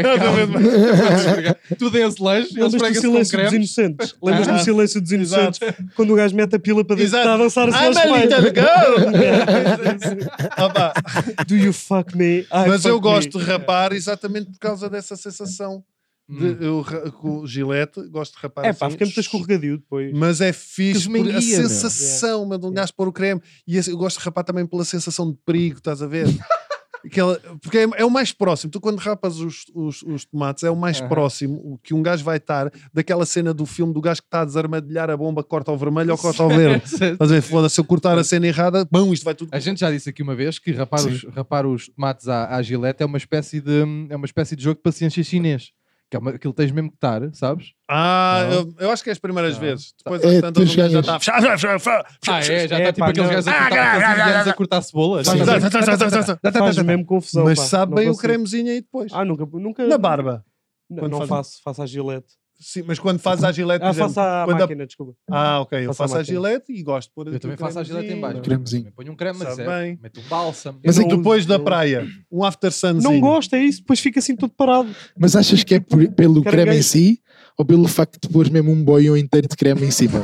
C: Exatamente.
A: Tudo em azulejos, eles pregam-se
B: Lembras-te do
A: com
B: silêncio dos
A: cremes.
B: inocentes? Lembras-te do
C: Ah.
B: silêncio dos inocentes?
C: Exato.
B: Quando o gajo mete a pila para dentro
C: Exato. Ah,
B: está a dançar assim aos
C: I'm a
B: pais.
C: little girl. Ah, pá,
B: Do you fuck me? I
C: Mas
B: fuck
C: eu
B: me.
C: gosto de rapar exatamente por causa dessa sensação. De,
A: Hum.
C: eu ra- com o gilete, gosto de rapar
B: É
C: assim.
B: pá, fica muito escorregadio depois.
C: Mas é
A: Que
C: fixe por a
A: esmenguia, meu.
C: sensação meu, de um gajo pôr o creme. E esse- eu gosto de rapar também pela sensação de perigo, estás a ver? Aquela- porque é, é o mais próximo. Tu, quando rapas os, os, os tomates, é o mais
A: Aham.
C: próximo o que um gajo vai estar daquela cena do filme do gajo que está a desarmadilhar a bomba, corta ao vermelho ou corta ao verde. Estás a ver? Foda-se, se eu cortar a cena errada, bom, isto vai tudo.
A: A gente já disse aqui uma vez que rapar, os, rapar os tomates à, à gilete é uma espécie de é uma espécie de jogo de paciência chinês. Que é uma, aquilo tens mesmo que estar, sabes?
C: Ah,
A: Não.
C: eu, eu acho que é as primeiras
A: Não.
C: vezes. Depois,
D: É,
C: às tantas,
D: tu
C: um gajo já
D: chegas-
C: está.
A: Ah, é, já está
B: É,
A: tipo
B: pá,
A: aqueles
B: não.
A: gajos
C: Ah,
A: a cortar, aqueles indianos a cortar cebolas.
C: Sim,
A: Estás a ver?
C: tá, tá, tá, tá, tá, tá.
B: Faz mesmo confusão.
C: Mas
B: pá.
C: sabe
B: Não
C: bem o
B: consigo.
C: cremezinho aí depois.
B: Ah, nunca. nunca
C: Na barba.
B: Não,
C: quando
B: não
C: faz-
B: faço, faço à gilete.
C: Sim, mas quando fazes a gilete, por
B: Ah,
C: exemplo,
B: faço à
C: quando a-
B: máquina, desculpa.
C: Ah, ok. Eu
B: Faço à
C: faço a
B: máquina.
C: gilete e gosto de pôr
A: Eu também faço a gilete em baixo.
D: Cremezinho.
A: Também Ponho um creme, mas
C: Sabe
A: é,
C: bem.
A: meto um bálsamo.
B: Eu
D: Mas é
C: E
B: não
C: depois
B: uso,
C: da
B: não-
C: praia, um after sunzinho.
B: Não gosto, é isso. Depois fica assim todo parado.
D: Mas achas que é por- pelo
B: Quero
D: creme
B: ganhar.
D: em si ou pelo facto de pôres mesmo um boião inteiro de creme em cima?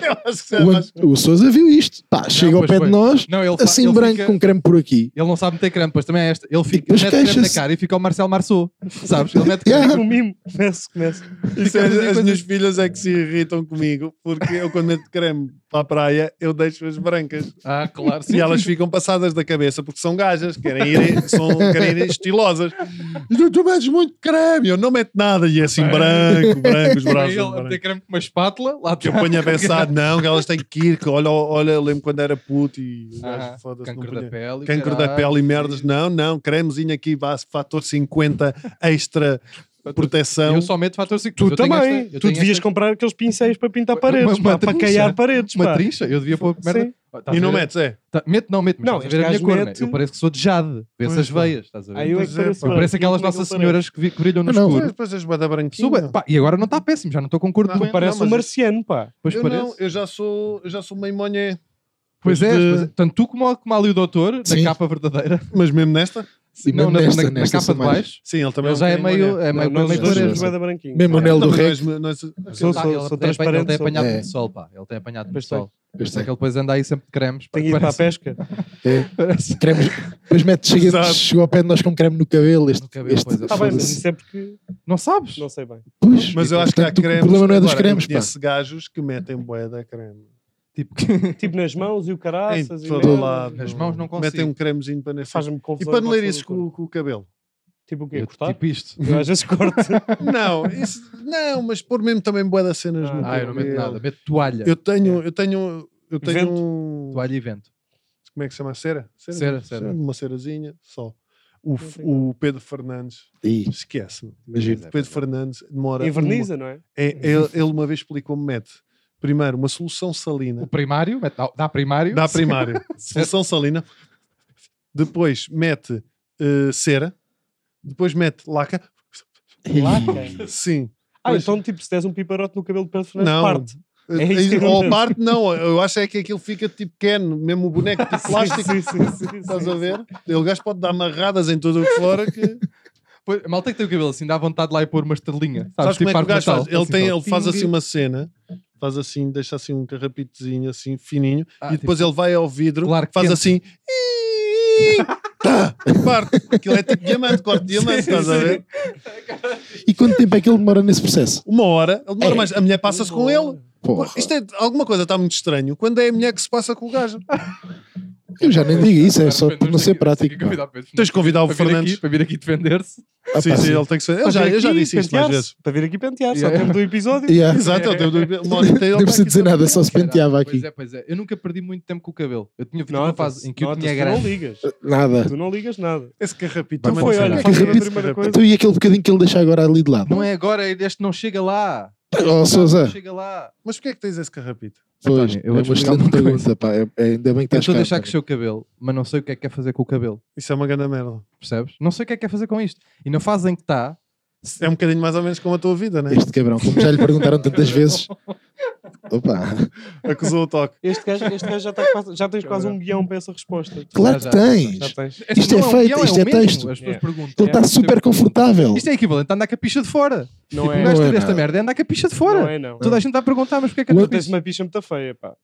C: Eu acho que
D: o,
C: é mais-
D: An- o Sousa viu isto. Pá, chega ao
A: pois
D: pé
A: foi.
D: de nós,
A: Não, ele fa-
D: assim
A: ele
D: branco
A: fica-
D: com creme por aqui.
A: Ele não sabe meter creme, pois também é esta. Ele fica,
D: depois
A: mete creme na
D: queixa-se.
A: cara e fica o Marcelo Marceau. Sabes? Ele mete creme.
D: Yeah.
B: É um mimo. Começo, começo.
C: Isso é-
A: Ficamos
C: as
A: enquanto-
C: minhas filhas é que se irritam comigo, porque eu quando meto creme para a praia, eu deixo as brancas.
A: Ah, claro,
C: E elas ficam passadas da cabeça porque são gajas, querem ir, são, querem ir estilosas. E tu, tu metes muito creme, eu não meto nada. E é assim, branco, branco, os braços.
A: ele a
C: brancos.
A: meter creme com uma espátula, lá
C: Que eu ponho a pensar, não, que elas têm que ir. Que olha, olha, eu lembro quando era puto e o gajo, foda-se, não
A: Ah, Cancro
C: punha-
A: da pele.
C: Cancro da
A: caralho.
C: pele e merdas. Não, não, cremezinho aqui, vá, fator 50 extra proteção.
A: Eu só meto fator 5.
B: Tu também. tu devias comprar aqueles pincéis para pintar
A: Uma-
B: paredes,
A: uma
B: pá, para
A: trincha.
B: caiar paredes.
A: Uma
B: pá.
A: trincha, eu devia pôr merda.
B: Sim.
A: Oh, estás
C: E
A: a
C: não
A: ver?
C: metes, é?
A: Tá- Mete, não, mete, mas
B: Não,
A: não, estás a ver a minha
B: este
A: cor,
B: gajo
A: né?
B: mete-
A: Eu pareço que sou de jade, vês
C: Pois,
A: as veias, estás a ver?
B: Aí eu é
C: Pois
B: que
C: é,
B: pareço
C: pá.
A: Eu
B: branco,
A: pareço aquelas
B: como é que
A: Nossas
B: ele parece?
A: Senhoras que vi- que brilham no
D: Não,
A: escuro.
C: Mas depois as bada
A: Suba,
C: branquinha.
A: pá, e agora não está péssimo, já não estou com cor de
C: Não,
A: tu,
C: não,
A: parece
B: Parece um
C: mas-
B: marciano, pá.
A: Pois
C: Eu
A: parece.
C: não, eu já sou, eu já sou meio monhé.
A: Pois é,
C: Mas de-
A: pois é. tanto tu como, como ali o doutor,
D: Sim.
A: na capa verdadeira,
C: Mas mesmo nesta?
D: Sim,
A: não,
D: mesmo
A: na,
D: nesta-
A: na- na
D: nesta
A: capa
D: sou
A: de
D: mais.
A: baixo,
C: Sim, ele também
A: ele já é
C: um bocadinho
A: meio,
C: monhé.
A: é meio,
B: Não,
A: meio
D: nós
B: nós dois somos
A: clareza.
D: parece.
B: bué da branquinho.
D: Mesmo
C: Não,
D: o
C: é
D: Nel do
C: mas
D: Rei.
C: nós- nós- ok.
B: Sou-
A: Tá,
B: sou-
A: ele,
B: sou
A: tem, apanha- ele tem
B: transparente, sou-
A: apanhado
D: É.
A: muito sol, pá. Ele tem apanhado muito
B: Pois tem.
A: sol.
D: Pois
A: É
D: tem.
A: que ele depois anda aí sempre de cremes. pá,
B: Tenho ido para a
A: parece-
B: pesca.
D: é
A: parece-
D: Cremes. Depois mete, chega,
C: Exato.
D: chegou ao pé de nós com creme no cabelo. Este,
A: No cabelo,
D: este,
A: pois é.
B: Está bem, mas
D: foda-se.
B: isso é porque.
A: Não sabes?
B: Não sei bem.
D: Pois,
C: Mas eu acho que há
D: portanto, o
C: cremes.
D: problema não é dos
C: Agora,
D: cremes,
C: eu
D: pá.
C: conheço gajos que metem bué da creme.
A: Tipo, que-
B: Tipo nas mãos e o
C: Em
B: caraças. e
C: todo
B: merdas.
C: lado.
A: as mãos não
C: Metem um
A: conseguem.
C: cremezinho para nascer.
B: Faz-me
C: E
B: confusão.
C: para não ler
B: com
C: isso
B: tudo.
C: com, com o cabelo?
B: Tipo o quê?
A: Eu-
B: Cortar?
A: Tipo isto.
B: Eu às vezes corto.
C: Não, isso, não, mas pôr mesmo também bué das cenas
B: Ah,
C: no
A: Ah, eu não meto
C: cabelo.
A: nada. É. Meto toalha.
C: Eu tenho, eu tenho, eu tenho
B: Vento.
C: um-
A: Toalha e vento.
C: como é que se chama? Cera?
A: Cera, cera.
C: Uma cerazinha, só. O, F-
B: sei
C: o Pedro Fernandes,
D: Ih,
C: esquece-me.
D: imagina.
C: Pedro Fernandes demora.
B: E verniza, não é?
C: uma- é, ele, ele uma vez explicou-me: mete primeiro uma solução
A: O
C: salina,
A: primário, mete- dá- dá primário.
C: dá primário, solução salina, depois mete eh, cera, depois mete laca,
D: Ih,
B: Laca.
C: sim.
B: Ah,
C: Pois.
B: então tipo, se des um piparote no cabelo de Pedro Fernandes,
C: Não.
B: parte. É
C: Eh,
B: isso que
C: ou
B: acontece.
C: parte, não, eu acho é que aquilo fica tipo pequeno, mesmo o boneco tipo plástico.
B: Sim, sim, sim, sim,
C: Estás
B: sim.
C: a ver? Ele gajo pode dar amarradas em toda a flora que.
A: Pois, a malta que tem o cabelo assim, dá vontade de lá e pôr uma estrelinha. Sabes, tipo
C: Sabes como é que o
A: árvore
C: gajo faz?
A: de Natal.
C: Ele, tem, ele faz
A: Ting.
C: assim uma cena, faz assim, deixa assim um carrapitezinho assim fininho
A: Ah,
C: e depois ele vai ao vidro,
A: claro que
C: faz
A: quente.
C: assim. "Ih, tá", e parte. Aquilo é tipo diamante, corte de diamante, estás a ver?
D: E quanto tempo é que ele demora nesse processo?
C: Uma hora, ele demora mais. A mulher passa-se com ele.
D: Porra.
C: Isto é, alguma coisa está muito estranho quando é a mulher que se passa com o gajo.
D: Eu já nem digo isso, é
A: Cara,
D: só por não
A: Fernandes
D: ser
A: tem que- tem que
D: prático. pá.
A: convidar o Pedro
C: Tens de convidar o
A: Fernandes para vir
C: Fernandes.
A: aqui- Para vir aqui defender-se.
D: Ah,
C: sim,
D: pá,
C: sim,
D: sim.
C: ele tem que ser. Eu
B: Para
C: já,
B: vir
C: eu já
B: aqui
C: disse isto mais
B: pentear-se.
C: vezes.
B: Para vir aqui pentear, só
A: Yeah.
B: tempo do episódio.
D: Yeah.
C: Exato, ele deu uma hora e tem-
D: Não precisa dizer nada, só se penteava
A: Pois
D: aqui.
A: é, pois é. Eu nunca perdi muito tempo com o cabelo. Eu tinha vivido uma
B: Notas,
A: fase em que eu
B: notas,
A: tinha
B: tu não
A: grande.
B: ligas.
D: Nada.
B: Tu não ligas nada.
C: Esse carrapito. é
A: Vai
B: Então
C: também
B: foi,
A: manter.
B: olha,
A: Que
B: faço a
D: repito-
B: primeira coisa.
D: Então e aquele bocadinho que ele deixa agora ali de lado?
A: Não é agora, este não chega lá.
D: Oh,
A: Não
D: Sousa,
A: chega lá.
C: Mas porquê é que tens esse carrapito?
D: pois,
A: António,
D: é
A: eu vou
D: uma
A: te explicar
D: excelente
A: uma coisa.
D: pergunta, pá. É- é- ainda bem que
A: Eu
D: estás
A: estou
D: cá.
A: a deixar
D: António.
A: crescer o cabelo, mas não sei o que é que quer fazer com o cabelo.
C: Isso é uma grande merda.
A: Percebes? Não sei o que é que quer fazer com isto. E na fase em que está,
C: É um bocadinho mais ou menos como a tua vida, né?
D: Este cabrão, como já lhe perguntaram tantas vezes. Opa,
C: Acusou o toque.
B: Este gajo, este gajo já, tá quase- já tens quase um guião para essa resposta.
D: claro
A: Já,
D: que
A: já,
D: tens.
B: Já tens.
D: Isto é
A: não um
D: feito,
A: guião,
D: isto
A: o
D: é
A: mesmo.
D: texto.
A: As pessoas
B: É.
A: perguntam.
D: Ele está super confortável.
A: Isto é equivalente a andar com a picha de fora.
B: Não
A: O
B: é,
D: Não
A: gajo
D: é
A: ter esta
D: nada.
A: merda é andar com a picha de
B: não
A: fora.
B: é, não.
A: Toda a gente está a perguntar, mas porquê é que
D: O
A: tu
B: Tu tens
A: tens
B: uma picha muito feia, pá.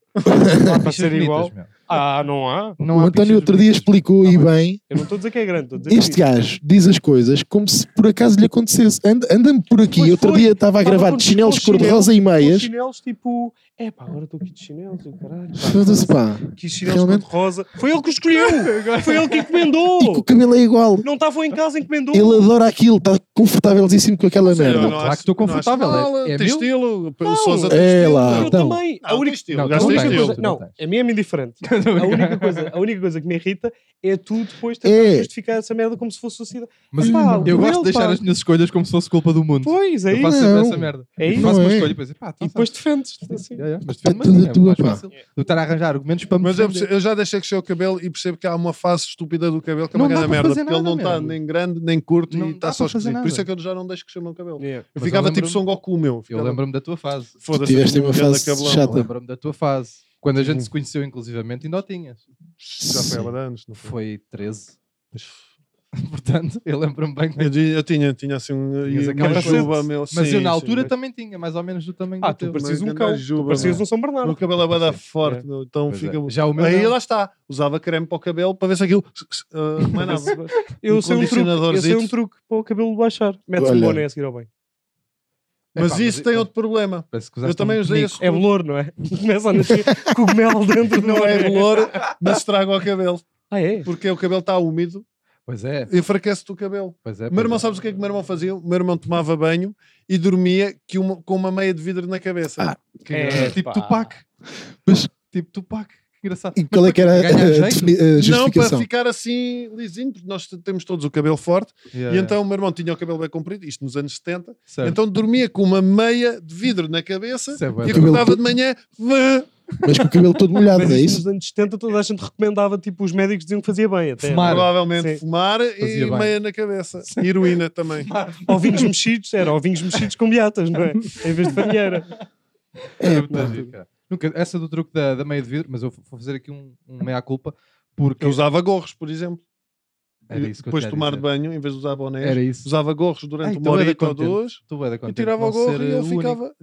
B: Não há para ser igual. Ah, não há?
A: Não
D: O
A: há
D: António
A: pichas
D: outro dia
A: bonitas.
D: explicou e bem.
B: Eu não estou a dizer que é grande, estou a dizer
D: Este
B: que
D: gajo diz as coisas como se por acaso lhe acontecesse. Anda- Anda-me por aqui.
B: Pois
D: Outro
B: foi.
D: dia estava a
B: Estava
D: gravar
B: com-
D: de chinelos
B: com chinelo,
D: cor-de-rosa e
B: Com
D: meias.
B: chinelos tipo, é pá, agora estou aqui de chinelos, e o caralho. pá.
D: Foda-se, pá.
B: Que chinelos
D: Realmente.
B: de rosa. Foi ele que os escolheu! Foi ele que
D: E que o
B: encomendou!
D: cabelo é igual.
B: Não estavam em casa, encomendou!
D: Ele adora aquilo, está confortávelzíssimo com aquela merda.
A: Claro que estou confortável, é- é
C: tem
A: meu?
C: estilo.
B: Não,
C: O Sousa tem
D: é
C: estilo.
D: lá.
B: Eu
D: Então.
B: também!
C: Ah,
B: A única,
C: tem estilo.
A: Não,
C: o gajo
A: não
C: tem
A: tens,
B: única
C: estilo.
A: tu
B: coisa, não,
A: não tens.
B: a minha é indiferente. A única, coisa, a única coisa que me irrita é tu depois tentar
D: É.
B: justificar essa merda como se fosse suicida.
A: Mas
B: Pá,
A: eu
B: o
A: gosto
B: meu,
A: de deixar
B: pá.
A: as minhas escolhas como se fosse culpa do mundo.
B: Pois, é
A: Eu
B: isso.
A: faço sempre
D: não.
A: essa merda.
B: É
A: Eu
B: isso.
A: faço
D: Não
A: uma
D: é.
A: escolha e depois, pá,
B: E
A: tá
B: depois
A: certo.
B: defendes. Assim.
A: Yeah, yeah, Mas
D: É
A: defende-me a
D: tudo
A: mim, é
D: a tua,
A: mais
D: pá.
A: fácil do que estar a arranjar argumentos para me
C: Mas eu,
A: defender.
C: eu já deixei crescer o cabelo e percebo que há uma face estúpida do cabelo que é
A: Não
C: uma
A: dá
C: grande
A: para
C: merda.
A: fazer
C: Porque ele
A: nada,
C: não está
A: meu.
C: nem grande nem curto
A: Não
C: e está
A: dá
C: só
A: para fazer
C: esquisito. Por isso
A: nada.
C: é que eu já não deixo crescer o meu cabelo.
B: Yeah.
C: Eu
A: Mas
C: ficava
A: É. eu
C: tipo
A: lembro-me-
C: Son Goku o meu.
A: Eu
C: Ficava-
A: lembro-me da tua fase.
C: Foda-se,
D: Tiveste uma
C: um grande
D: fase
C: cabelão.
D: chata.
A: Eu lembro-me da tua fase. Quando a gente se conheceu, inclusivamente, ainda o tinhas.
C: Já foi há bué de anos, não foi?
A: Foi 13. Portanto, eu lembro-me bem. que-
C: Eu, di- eu tinha, tinha assim um.
A: Tinhas
C: e uma
A: aquela
C: juba,
A: coisa-
C: meu.
A: Mas
C: Sim,
A: eu na
C: sim,
A: altura
C: mas-
A: também tinha, mais ou menos do tamanho
B: Ah,
A: do teu.
B: tu parecias um
C: grande
B: cão.
C: juba,
B: Tu parecias
C: mano.
B: um São Bernardo.
C: O cabelo é bué da forte,
B: É.
C: meu, então
A: Pois é.
C: fica.
A: Já o meu
C: Aí
A: não.
C: lá está, usava creme para o cabelo para ver se aquilo. Uh, mais nada.
B: Eu sei um truque, eu sei um
C: condicionadorzito.
B: truque para o cabelo baixar. Metes um
D: Olha.
B: boné a seguir ao banho.
A: É
C: Mas
B: Epá,
C: isso
B: mas-
C: tem outro problema.
A: Parece que
C: Eu
A: usaste
C: também
A: um
C: usei
A: nico.
C: esse
B: É bolor, não é? Começa a nascer cogumelo dentro do
C: Não é bolor, mas estraga o cabelo.
B: Ah, é?
C: Porque o cabelo está úmido,
A: Pois é,
C: enfraquece-te o cabelo.
A: pois é.
C: Tipo, meu
A: pois
C: irmão,
A: é.
C: sabes o que é que o meu irmão fazia? O meu irmão tomava banho e dormia que uma- com uma meia de vidro na cabeça.
D: Ah.
C: Que
B: É,
C: engraçado.
A: Tipo
B: pá.
A: Tupac.
D: Mas-
A: Tipo Tupac. Que engraçado.
D: E qual é que era a,
A: Ganhar
D: a
A: jeito?
D: defini- a
C: Não para
D: justificação?
C: ficar assim lisinho, porque nós t- temos todos o cabelo forte.
A: Yeah,
C: E
A: yeah.
C: então o meu irmão tinha o cabelo bem comprido, isto nos anos 70.
A: É, Certo.
C: Então dormia com uma meia de vidro na cabeça
A: Isso é bué
C: e
A: bom.
C: acordava de manhã. "Vã".
D: Mas com o cabelo todo molhado,
B: Mas
D: é
B: isso
D: isso?
B: nos anos 70 toda a gente recomendava, tipo, os médicos diziam que fazia bem até.
A: Fumar.
C: Provavelmente
B: Sim.
C: fumar
A: Fazia
C: e
A: bem.
C: meia na cabeça. Heroína também.
B: Ovinhos mexidos, era ovinhos mexidos com beatas, não é? Em vez de farinheira.
A: É,
D: É,
A: muito giro, cara. Nunca, essa do truque da, da meia de vidro, mas eu vou fazer aqui um, um meia-culpa, porque
C: Eu usava gorros, por exemplo.
A: era
C: E
A: isso que eu
C: depois
A: tinha
C: de
A: a
C: tomar
A: dizer.
C: banho, em vez de usar bonés,
A: Era isso.
C: usava gorros
A: Ah,
C: durante
A: então
C: uma
A: era
C: horita ou
A: contente.
C: duas
A: Tu bué da
C: e
A: contente
C: tirava
A: não
C: o gorro
A: ser
C: e eu
A: o único.
C: ficava.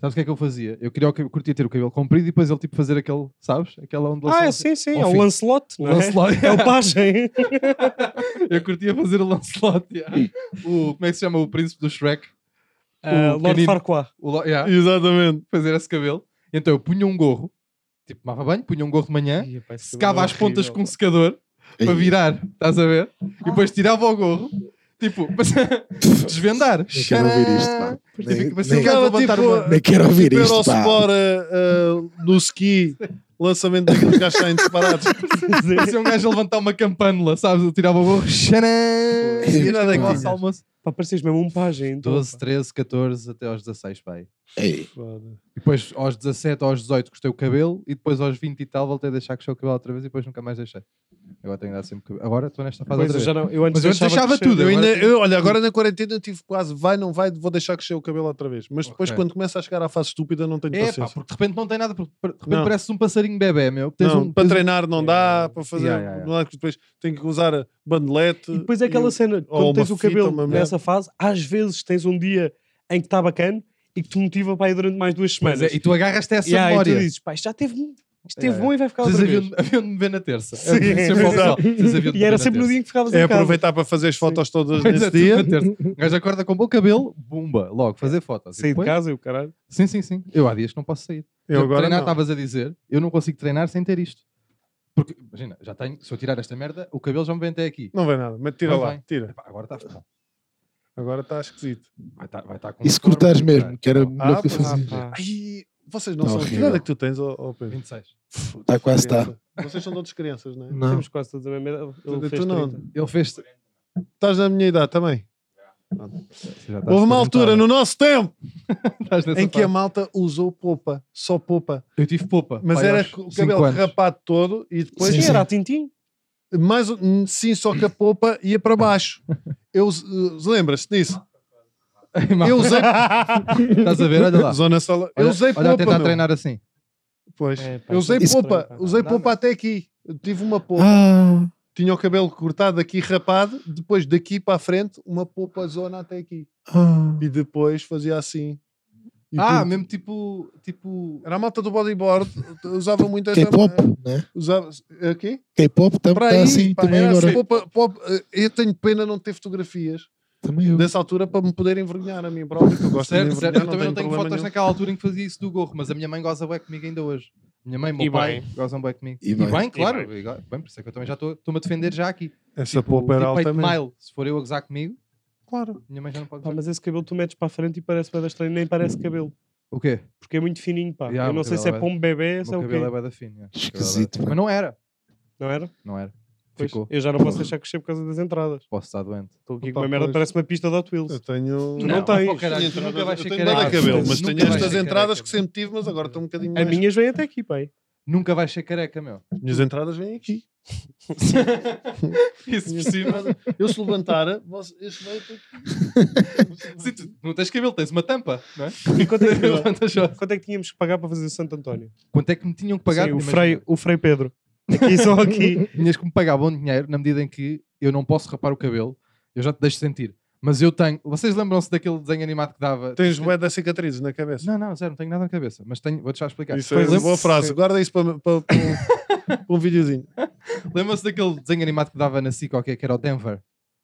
A: Sabes o que é que eu fazia? Eu queria, o cab- curtia ter o cabelo comprido e depois ele tipo fazer aquele, sabes? Aquela ondulação.
B: Ah, é,
C: assim?
B: sim, sim, é
A: Ao
B: o
A: fim.
B: Lancelot,
A: O
B: não é?
A: um Lancelot.
B: É o pajem.
A: Eu curtia fazer o Lancelot. yeah. O, como é que se chama? O príncipe do Shrek. o
B: Ah, Lord
A: canino.
B: Farquaad.
A: O Lo- yeah,
C: Exatamente.
A: Fazer esse cabelo. Então eu punha um gorro, tipo, tomava banho, punha um gorro de manhã, secava as pontas com um secador para virar, estás a ver? E depois tirava o gorro, tipo, para desvendar. assim,
D: Nem quero ouvir isto, pá.
A: Tive que- mas
D: Nem-
A: eu
D: nem-
C: Ficava
A: vou levantar
C: tipo
A: uma-
D: Nem quero ouvir
C: tipo
D: isto, pá.
C: Eurosport ah, ah, do ski, lançamento daqueles gajos que saem disparados.
A: Parecia um gajo a levantar uma campanula, sabes? Eu tirava o gorro, xanã, e
D: Que
A: era
D: tinhas?
A: nosso almoço.
B: Pá, parecias mesmo um pajem. Então,
A: 12, 13, 14, até aos 16, pai.
D: Ei,
A: E depois aos 17, aos 18 cortei o cabelo e depois aos 20 e tal voltei a deixar crescer o cabelo outra vez e depois nunca mais deixei. Agora tenho de dar sempre cabelo. Agora estou nesta fase
B: Pois,
A: outra vez.
B: eu já não, eu antes
A: Mas eu antes deixava
B: crescer.
A: tudo.
C: Eu ainda-
A: Agora tenho-
C: eu- olha, agora na quarentena eu tive quase vai, não vai, vou deixar crescer o cabelo outra vez. Mas depois,
A: Ok.
C: quando começa a chegar à fase estúpida, não tenho
A: É,
B: assim.
A: pá,
C: paciência.
A: porque de repente não tem nada, porque de repente
C: Não.
A: pareces um passarinho bebê, meu. Tens
C: Não,
A: um,
C: para
A: tens um-
C: treinar não dá, para fazer.
A: Yeah, yeah, yeah.
C: não dá, que depois tenho que usar a bandelete.
B: E depois é aquela cena,
C: uma
B: quando tens o
C: fita,
B: cabelo
C: uma merda.
B: nessa fase, às vezes tens um dia em que está bacana e que te motiva para ir durante mais duas
A: Pois
B: semanas.
A: é, e tu agarras-te a essa
B: Yeah, e tu
A: memória.
B: dizes, pá, isto já teve, um, isto teve
A: Yeah,
B: bom e vai ficar outra
A: É. Vocês
B: vez. É,
A: haviam, haviam de me ver na terça. É,
B: Sim,
A: sempre
B: exato.
A: ao Vocês haviam de
B: E
A: me
B: era
A: ver na
B: sempre no
A: terça.
B: dia em que ficavas
C: É
B: em casa.
C: aproveitar para fazer as fotos todas
A: Pois é,
C: nesse
A: tudo
C: dia.
A: na terça. O gajo acorda com o bom cabelo, bumba, logo, fazer fotos. E
B: Sair É. de
A: depois-
B: casa e o caralho.
A: Sim, sim, sim. Eu há dias que não posso sair. Tipo,
C: Eu agora
A: treinar,
C: não.
A: estavas a dizer, eu não consigo treinar sem ter isto. Porque, imagina, já tenho, se eu tirar esta merda, o cabelo já me vem até aqui.
C: Não vem nada, mas tira
A: Não
C: lá,
A: vem.
C: tira.
A: Pá, agora está bom.
C: Agora está esquisito.
A: Vai estar vai tá com
D: e se
A: forma,
D: cortares
A: caralho.
D: mesmo, que era
A: Não,
D: melhor que eu
C: pois,
B: Ah,
D: fazia.
C: Ai, vocês não
D: Tá
C: são. Que
D: horrível.
C: idade é que tu tens, ó ó Pedro?
A: 26.
D: Tá, quase
C: Criança. Vocês são todos crianças, não é?
D: Não.
B: Temos quase todos a mesma idade. Ele
C: Tu,
B: fez
C: tu não.
B: 30.
A: Ele fez.
C: Estás na minha idade também.
A: Já estás
C: Houve uma
A: aposentado.
C: altura no nosso tempo
A: Estás nessa
C: em que a
A: fase.
C: malta usou popa, só popa.
A: Eu tive popa.
C: Mas
A: pai,
C: era
A: aos
C: o
A: cinco
C: cabelo
A: anos.
C: rapado todo e depois
D: Sim,
B: Sim,
D: sim.
B: era a Tintim.
C: mais um- sim, só que a popa ia para baixo. Eu eh, lembras-te disso? Eu usei
A: Estás a ver? Olha lá.
C: zona sala.
A: Olha-
C: Eu usei
A: Olha a tentar
C: popa. meu.
A: treinar assim.
C: Pois.
B: É, pá,
C: Eu usei
B: isso é
C: popa,
B: estranho, pá.
C: usei
A: Não,
C: popa
A: não.
C: até aqui. Eu tive uma popa.
D: Ah,
C: Tinha o cabelo cortado aqui, rapado, depois daqui para a frente, uma popa zona até aqui.
D: ah.
C: E depois fazia assim. E
A: Ah,
C: tudo.
A: mesmo tipo. tipo...
C: Era a malta do bodyboard, usava muito
A: é
C: essa.
D: K-pop, né?
C: Usava. Aqui?
D: K-pop tam-
C: Para
D: tá
C: aí,
D: assim
C: pá,
D: também
C: era
D: agora.
C: assim, popa- popa- eu tenho pena não ter fotografias
D: Também eu.
C: dessa altura para me poder envergonhar a mim próprio, que eu gosto
A: Certo,
C: de me
A: certo. Eu
C: envergonhar,
A: também não tenho
C: problema
A: fotos
C: nenhum.
A: naquela altura em que fazia isso do gorro, mas a minha mãe goza bué comigo ainda hoje. Minha mãe, meu
B: E
A: pai
B: bem.
A: gozam bué comigo.
D: E
A: E
D: bem.
A: bem, claro. E go- Bem, por isso é que eu também já estou- estou-me a defender já aqui.
C: Essa
A: Tipo,
C: popa era
A: tipo
C: alta
A: Eight
C: mesmo.
A: Mile. Se for eu a gozar comigo,
C: Claro.
A: minha mãe já não pode
B: Pá,
A: gozar.
B: mas esse cabelo tu metes para a frente e parece bem estranho, nem parece cabelo.
A: O quê?
B: Porque é muito fininho, pá.
A: Yeah,
B: Eu não
A: o
B: sei se é
A: cabelo é
B: para um bebê,
A: O
B: se é
A: meu
B: o
A: cabelo é
B: quê.
A: bué da fino. yeah. O cabelo é bué da fino.
D: Esquisito, pá.
A: Mas não era.
B: Não era?
A: Não era.
B: Pois,
A: Ficou.
B: eu já não posso deixar crescer por causa das entradas.
A: Posso estar doente.
B: Estou aqui
C: Opa,
B: com uma merda,
C: pois.
B: parece uma pista de Hot
C: Eu
B: Wheels.
C: tenho.
B: Tu não tens.
A: oh, caralho, tu
C: Tenho
A: nunca vais ser
C: entradas- eu tenho
A: careca.
C: nada cabelo,
B: Sim,
C: mas
A: Nunca
C: tenho
A: vais
C: estas
A: ser
C: entradas
A: careca,
C: que sempre tive, mas agora estão um bocadinho
B: As
C: mais.
B: minhas vêm até aqui, pai.
A: meu. Nunca vais ser careca, meu.
C: Minhas entradas vêm aqui.
A: Isso por
C: Minhas
A: cima.
C: entradas- Eu se levantar, você- este vai ter
A: Sim,
C: que-
A: tu não tens cabelo, tens uma tampa, não é?
B: E quanto é, que,
A: Levantas só.
B: quanto é que tínhamos que pagar para fazer o Santo António?
A: Quanto é que me tinham que pagar?
B: Sim, o,
A: Imagina,
B: Frei, o Frei Pedro. Aqui, só aqui.
A: Tinhas que me pagar bom dinheiro na medida em que eu não posso rapar o cabelo. Eu já te deixo sentir. Mas eu tenho. Vocês lembram-se daquele desenho animado que dava?
C: Tens bué das cicatrizes na cabeça.
A: Não, não, zero, não tenho nada na cabeça. Mas tenho. Vou-te já explicar.
C: Isso é uma
A: Lembra-
C: boa frase. Guarda isso para, para- para um- para um videozinho.
A: Lembram-se daquele desenho animado que dava na SIC, ou o que é que era o Denver?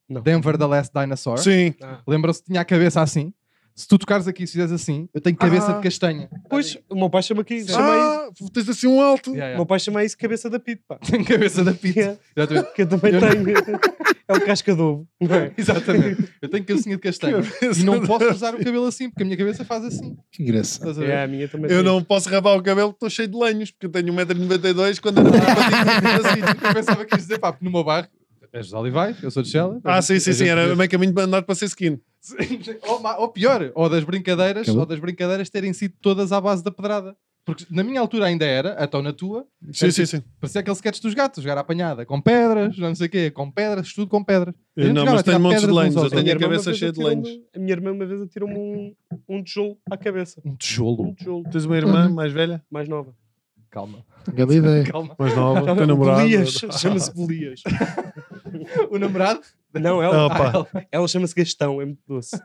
B: Não.
A: Denver The Last Dinosaur.
C: Sim.
A: Lembram-se que tinha a cabeça assim? se tu tocares aqui e fizeres assim, eu tenho cabeça
C: Ah.
A: de castanha.
B: Pois, o meu pai chama aqui. Chama aí-
C: Ah, tens assim um alto.
A: Yeah,
B: O
A: yeah.
B: meu pai chama isso cabeça da pito, pá.
A: Tenho cabeça da pizza.
B: Yeah.
A: Exatamente.
B: Que eu também
A: Eu não-
B: tenho. É o casca de ovo, não é?
A: Exatamente. Eu tenho cabecinha de castanha.
C: Cabeça
A: E não
C: de-
A: posso usar o cabelo assim, porque a minha cabeça faz assim.
D: Que engraçado.
A: Estás a ver?
B: É, a minha também
C: Eu
B: tem.
C: não posso rabar o cabelo porque estou cheio de lenhos, porque eu tenho 1,92m quando era
A: Assim, eu pensava que ias dizer, pá, no meu bairro. És José Olivais, eu sou de Shell.
C: Ah, sim, sim, sim, era meio caminho para andar para ser skin.
A: ou, ma- ou pior, ou das brincadeiras,
D: Acabou.
A: ou das brincadeiras terem sido todas à base da pedrada. Porque na minha altura ainda era, então na tua,
C: Sim, sim, sim.
A: parecia aquele sketch dos gatos, jogar à apanhada, com pedras, não sei o quê, com pedras, tudo com pedras. A gente
C: Eu não,
A: jogava
C: mas
A: a tirar
C: tenho montes de
A: pedras uns aos
C: lenhos, eu
A: outros.
C: tenho a
B: irmã uma
C: cabeça
B: vez
C: cheia de
B: atirou-me-
C: lenhos.
B: A minha irmã uma vez atirou-me um, um tijolo à cabeça.
A: Um
B: Um
A: tijolo.
B: tijolo
C: Tens uma irmã mais velha?
B: mais nova.
A: Calma,
D: Grande ideia.
A: calma.
C: Mais nova, teu
B: Chama-se
C: namorado.
B: Bolias. Chama-se Bolias.
A: O namorado?
B: Não, ela,
C: Ah, pá.
A: ela-
B: ela chama-se Gastão, é muito doce.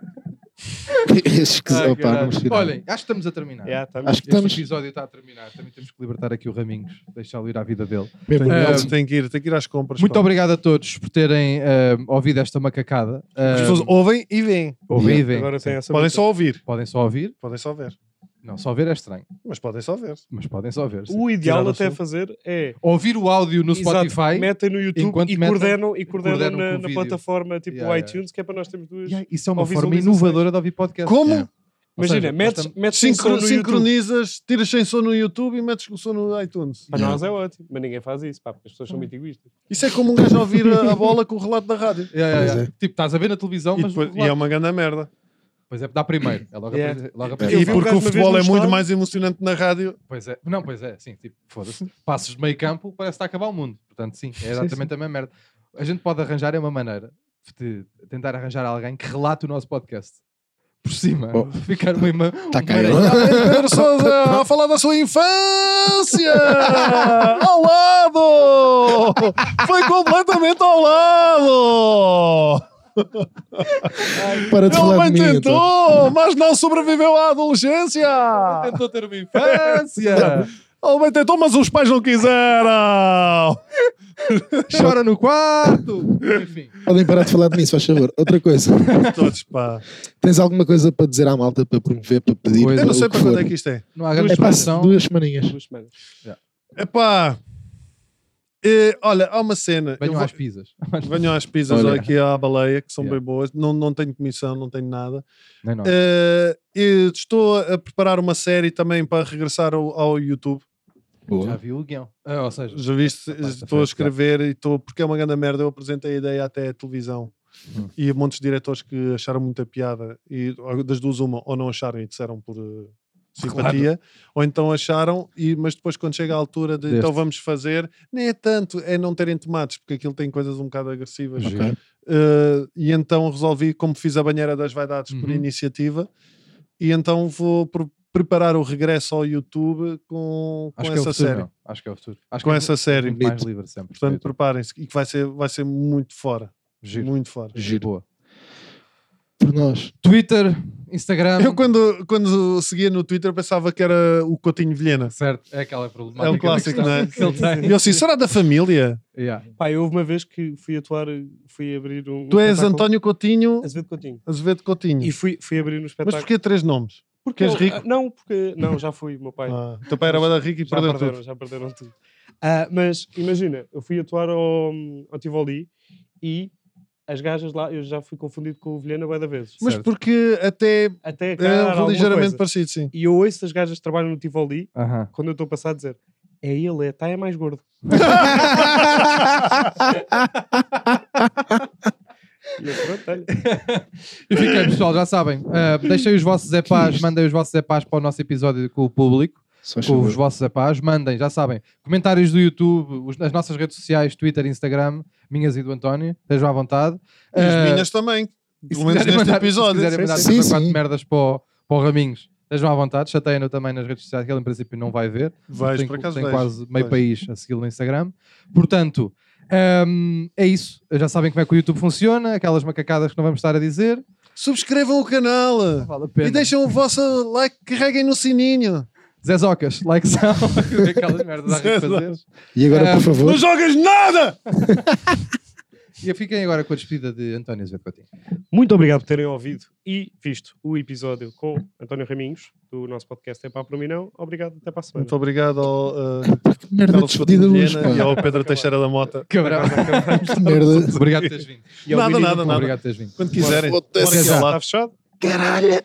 D: Esses que
C: Ah,
A: Ai,
D: opa, não
A: Ah, caralho.
D: me inspiraram.
A: Olhem, acho que estamos a terminar.
B: Yeah, tá
D: Acho que
A: Este
D: estamos.
A: episódio está a terminar. Também temos que libertar aqui o Raminhos, deixá-lo ir à vida dele.
D: Mesmo
A: Tenho-
D: Nelson.
C: Tem, tem, que ir, tem que ir às compras.
A: Muito
C: pá.
A: obrigado a todos por terem eh, ouvido esta macacada. Eh,
C: As pessoas ouvem e veem.
A: ouvem e veem.
B: Agora tem essa
C: É. Podem
B: música.
C: só ouvir.
A: Podem só ouvir.
C: Podem só ver.
A: Não, só ver é estranho.
C: Mas podem só ver.
A: Mas podem só ver. sim.
B: O ideal
C: Tirar o
B: até a
C: som.
B: fazer é.
A: Ouvir o áudio no
B: Exato,
A: Spotify.
B: metem no YouTube
A: enquanto
B: e
A: metem-
B: coordenam, e coordenam,
A: coordenam
B: na,
A: com o
B: na
A: vídeo.
B: plataforma tipo
A: Yeah, yeah.
B: iTunes, que é para nós termos duas.
A: Yeah, isso é uma
B: Ou
A: forma
B: visualizações.
A: inovadora de ouvir podcast.
C: Como?
D: Yeah.
A: Ou
B: Imagina,
A: seja,
B: metes,
A: nós tam-
B: metes um som
C: Sincro-
B: no YouTube.
C: sincronizas, tiras sem som no YouTube e metes o som no iTunes.
B: Para nós é ótimo, mas ninguém faz isso, pá, porque as pessoas são muito egoístas.
C: Isso é como um gajo ouvir a, a bola com o relato da rádio.
A: Yeah, yeah,
D: Pois é.
A: yeah. Tipo, estás a ver na televisão,
C: E,
A: mas.
C: depois-
A: logo-
C: e é uma grande merda.
A: Pois é, dá primeiro. É logo,
B: Yeah.
A: a, logo a
D: Eu
C: E
B: vi um
C: porque
B: gajo
C: o
B: uma vez
C: futebol
B: num
C: é muito
B: estádio-
C: mais emocionante na rádio.
A: Pois é, não, pois é, sim, tipo, foda-se. Passos de meio campo, parece que está a acabar o mundo. Portanto, sim, é exatamente a mesma merda. A gente pode arranjar, é uma maneira de tentar arranjar alguém que relate o nosso podcast. Por cima,
D: Oh.
A: ficar uma ima-
D: Tá
A: um
D: cá ele.
A: maranhão.
C: Pedro Sousa a falar da sua infância ao lado. Foi completamente ao lado.
D: Para de
C: Ele
D: falar de
C: bem
D: mim. então.
C: tentou, mas não sobreviveu à adolescência.
A: Tentou ter uma infância,
C: Ele bem tentou, mas os pais não quiseram.
A: chora no quarto. Enfim,
D: Podem parar de falar de mim, se faz favor. Outra coisa.
C: Todos, pá.
D: Tens alguma coisa para dizer à malta, para promover, para pedir?
A: Coisa.
C: Eu não sei
D: o que
C: para quando
D: for?
C: é que isto é.
A: não há grande
D: É pá,
A: expressão.
D: duas semaninhas.
B: Duas semanas.
C: Epá. É, olha, há uma cena. Eu
A: Venham
C: vou-
A: às pizzas.
C: Venham às pizzas
D: Olha.
C: aqui à baleia, que são
A: Yeah. Ah.
C: bem boas. Não, não tenho comissão, não tenho nada.
A: Não, não.
C: Eh, eu estou a preparar uma série também para regressar ao, ao YouTube.
A: Já
D: Boa.
A: vi o guião. Ah, ou seja,
C: Já viste?
A: Epá, esta
C: Estou a
A: foi-
C: escrever e estou. Porque é uma grande merda. Eu apresentei a ideia até à televisão.
A: Hum.
C: E montes de diretores que acharam muita piada. E das duas, uma, ou não acharam e disseram por. eh, Simpatia, ou então acharam, e, mas depois, quando chega a altura de
A: Deste.
C: então vamos fazer, nem é tanto, é não terem tomates, porque aquilo tem coisas um bocado agressivas.
D: Ok.
C: Uh, e então resolvi, como fiz a banheira das vaidades por
A: Uhum.
C: iniciativa, e então vou pre- preparar o regresso ao YouTube com, com
A: acho que é o
C: essa
A: futuro.
C: série.
A: não. Acho que é o futuro. Acho
C: Com
A: que é
C: essa série.
A: muito mais livre sempre. É,
C: Portanto, preparem-se, e que vai ser, vai ser muito fora.
A: Giro.
C: Muito fora.
A: Giro. tipo, Boa.
D: Por nós.
A: Twitter, Instagram.
C: Eu, quando, quando seguia no Twitter, pensava que era o Coutinho Vilhena.
A: Certo, é aquela problemática.
C: É um
A: da
C: clássico,
A: questão
C: não é?
A: que ele
C: E eu assim, será da família?
A: tem. Yeah.
B: Pá, eu houve uma vez que fui atuar, fui abrir um.
C: Tu
B: um
C: és
B: espetáculo-
C: António Coutinho
B: Azevedo Coutinho.
C: Azevedo
B: E
C: Coutinho.
B: fui, fui abrir um
C: Mas
B: espetáculo.
C: porquê três nomes? Porque és
B: eu-
C: rico?
B: ah, Não, porque. Não, já fui, meu pai.
C: Ah, teu pai era bué da rico e
B: já
C: perdeu
B: perderam,
C: tudo.
B: já perderam tudo. Ah, mas imagina, eu fui atuar ao, ao Tivoli e as gajas lá, eu já fui confundido com o Vilhena bué da vezes.
C: Mas
A: Certo.
C: porque até
B: Até cá era
C: é
B: alguma
C: ligeiramente
B: coisa.
C: parecido, sim.
B: E eu ouço as gajas que trabalham no Tivoli
A: Aham.
B: quando eu estou a passar a dizer é ele, é, tá, é mais gordo. E eu, pronto, olha.
A: E fiquei, pessoal, já sabem. ah, deixem os vossos epás, mandem os vossos epás para o nosso episódio com o público.
D: Só
A: Com os vossos epás, mandem, já sabem. Comentários do YouTube, os- nas nossas redes sociais, Twitter, Instagram, minhas e do António. Estejam à vontade.
C: E
A: Ah,
C: as minhas também.
A: E se
C: Pelo menos
A: quiserem
C: neste
A: mandar-
C: episódio.
A: Se quiserem mandar
D: sim,
A: três ou
D: sim.
A: quatro merdas para o, para o Raminhos, estejam à vontade. Chateiem-no também nas redes sociais, que ele em princípio não vai ver.
C: Vais,
A: tem
C: por acaso
A: tem
C: vais.
A: quase meio
C: Vais.
A: país a segui-lo no Instagram. Portanto, hum, é isso. Já sabem como é que o YouTube funciona, aquelas macacadas que não vamos estar a dizer.
C: Subscrevam o canal.
A: Vale a pena.
C: E deixem o vosso like, carreguem no sininho.
A: Zé Zocas, like são. aquelas merdas a
C: Zé
A: fazer.
D: E agora,
A: Ah,
D: por favor,
C: jogas nada!
A: E eu fiquei agora com a despedida de António Azevedo Coutinho.
B: Muito obrigado por terem ouvido e visto o episódio com António Raminhos, do nosso podcast É Pá para mim não. Obrigado, até para a semana.
C: Muito obrigado ao uh,
D: Pá, Que merda de
C: Carlos
D: despedida
C: Coutinho de
D: hoje,
C: Vilhena e
D: pá.
C: ao Pedro Teixeira da Mota.
A: Cabrão.
D: Que merda.
A: Obrigado por teres vindo.
B: E ao
C: Nada,
B: Vini,
C: nada, nada.
A: Obrigado por teres vindo.
C: Quando quiserem.
D: Foda-se.
C: Bora que é lá.
B: Está fechado?
D: Caralho.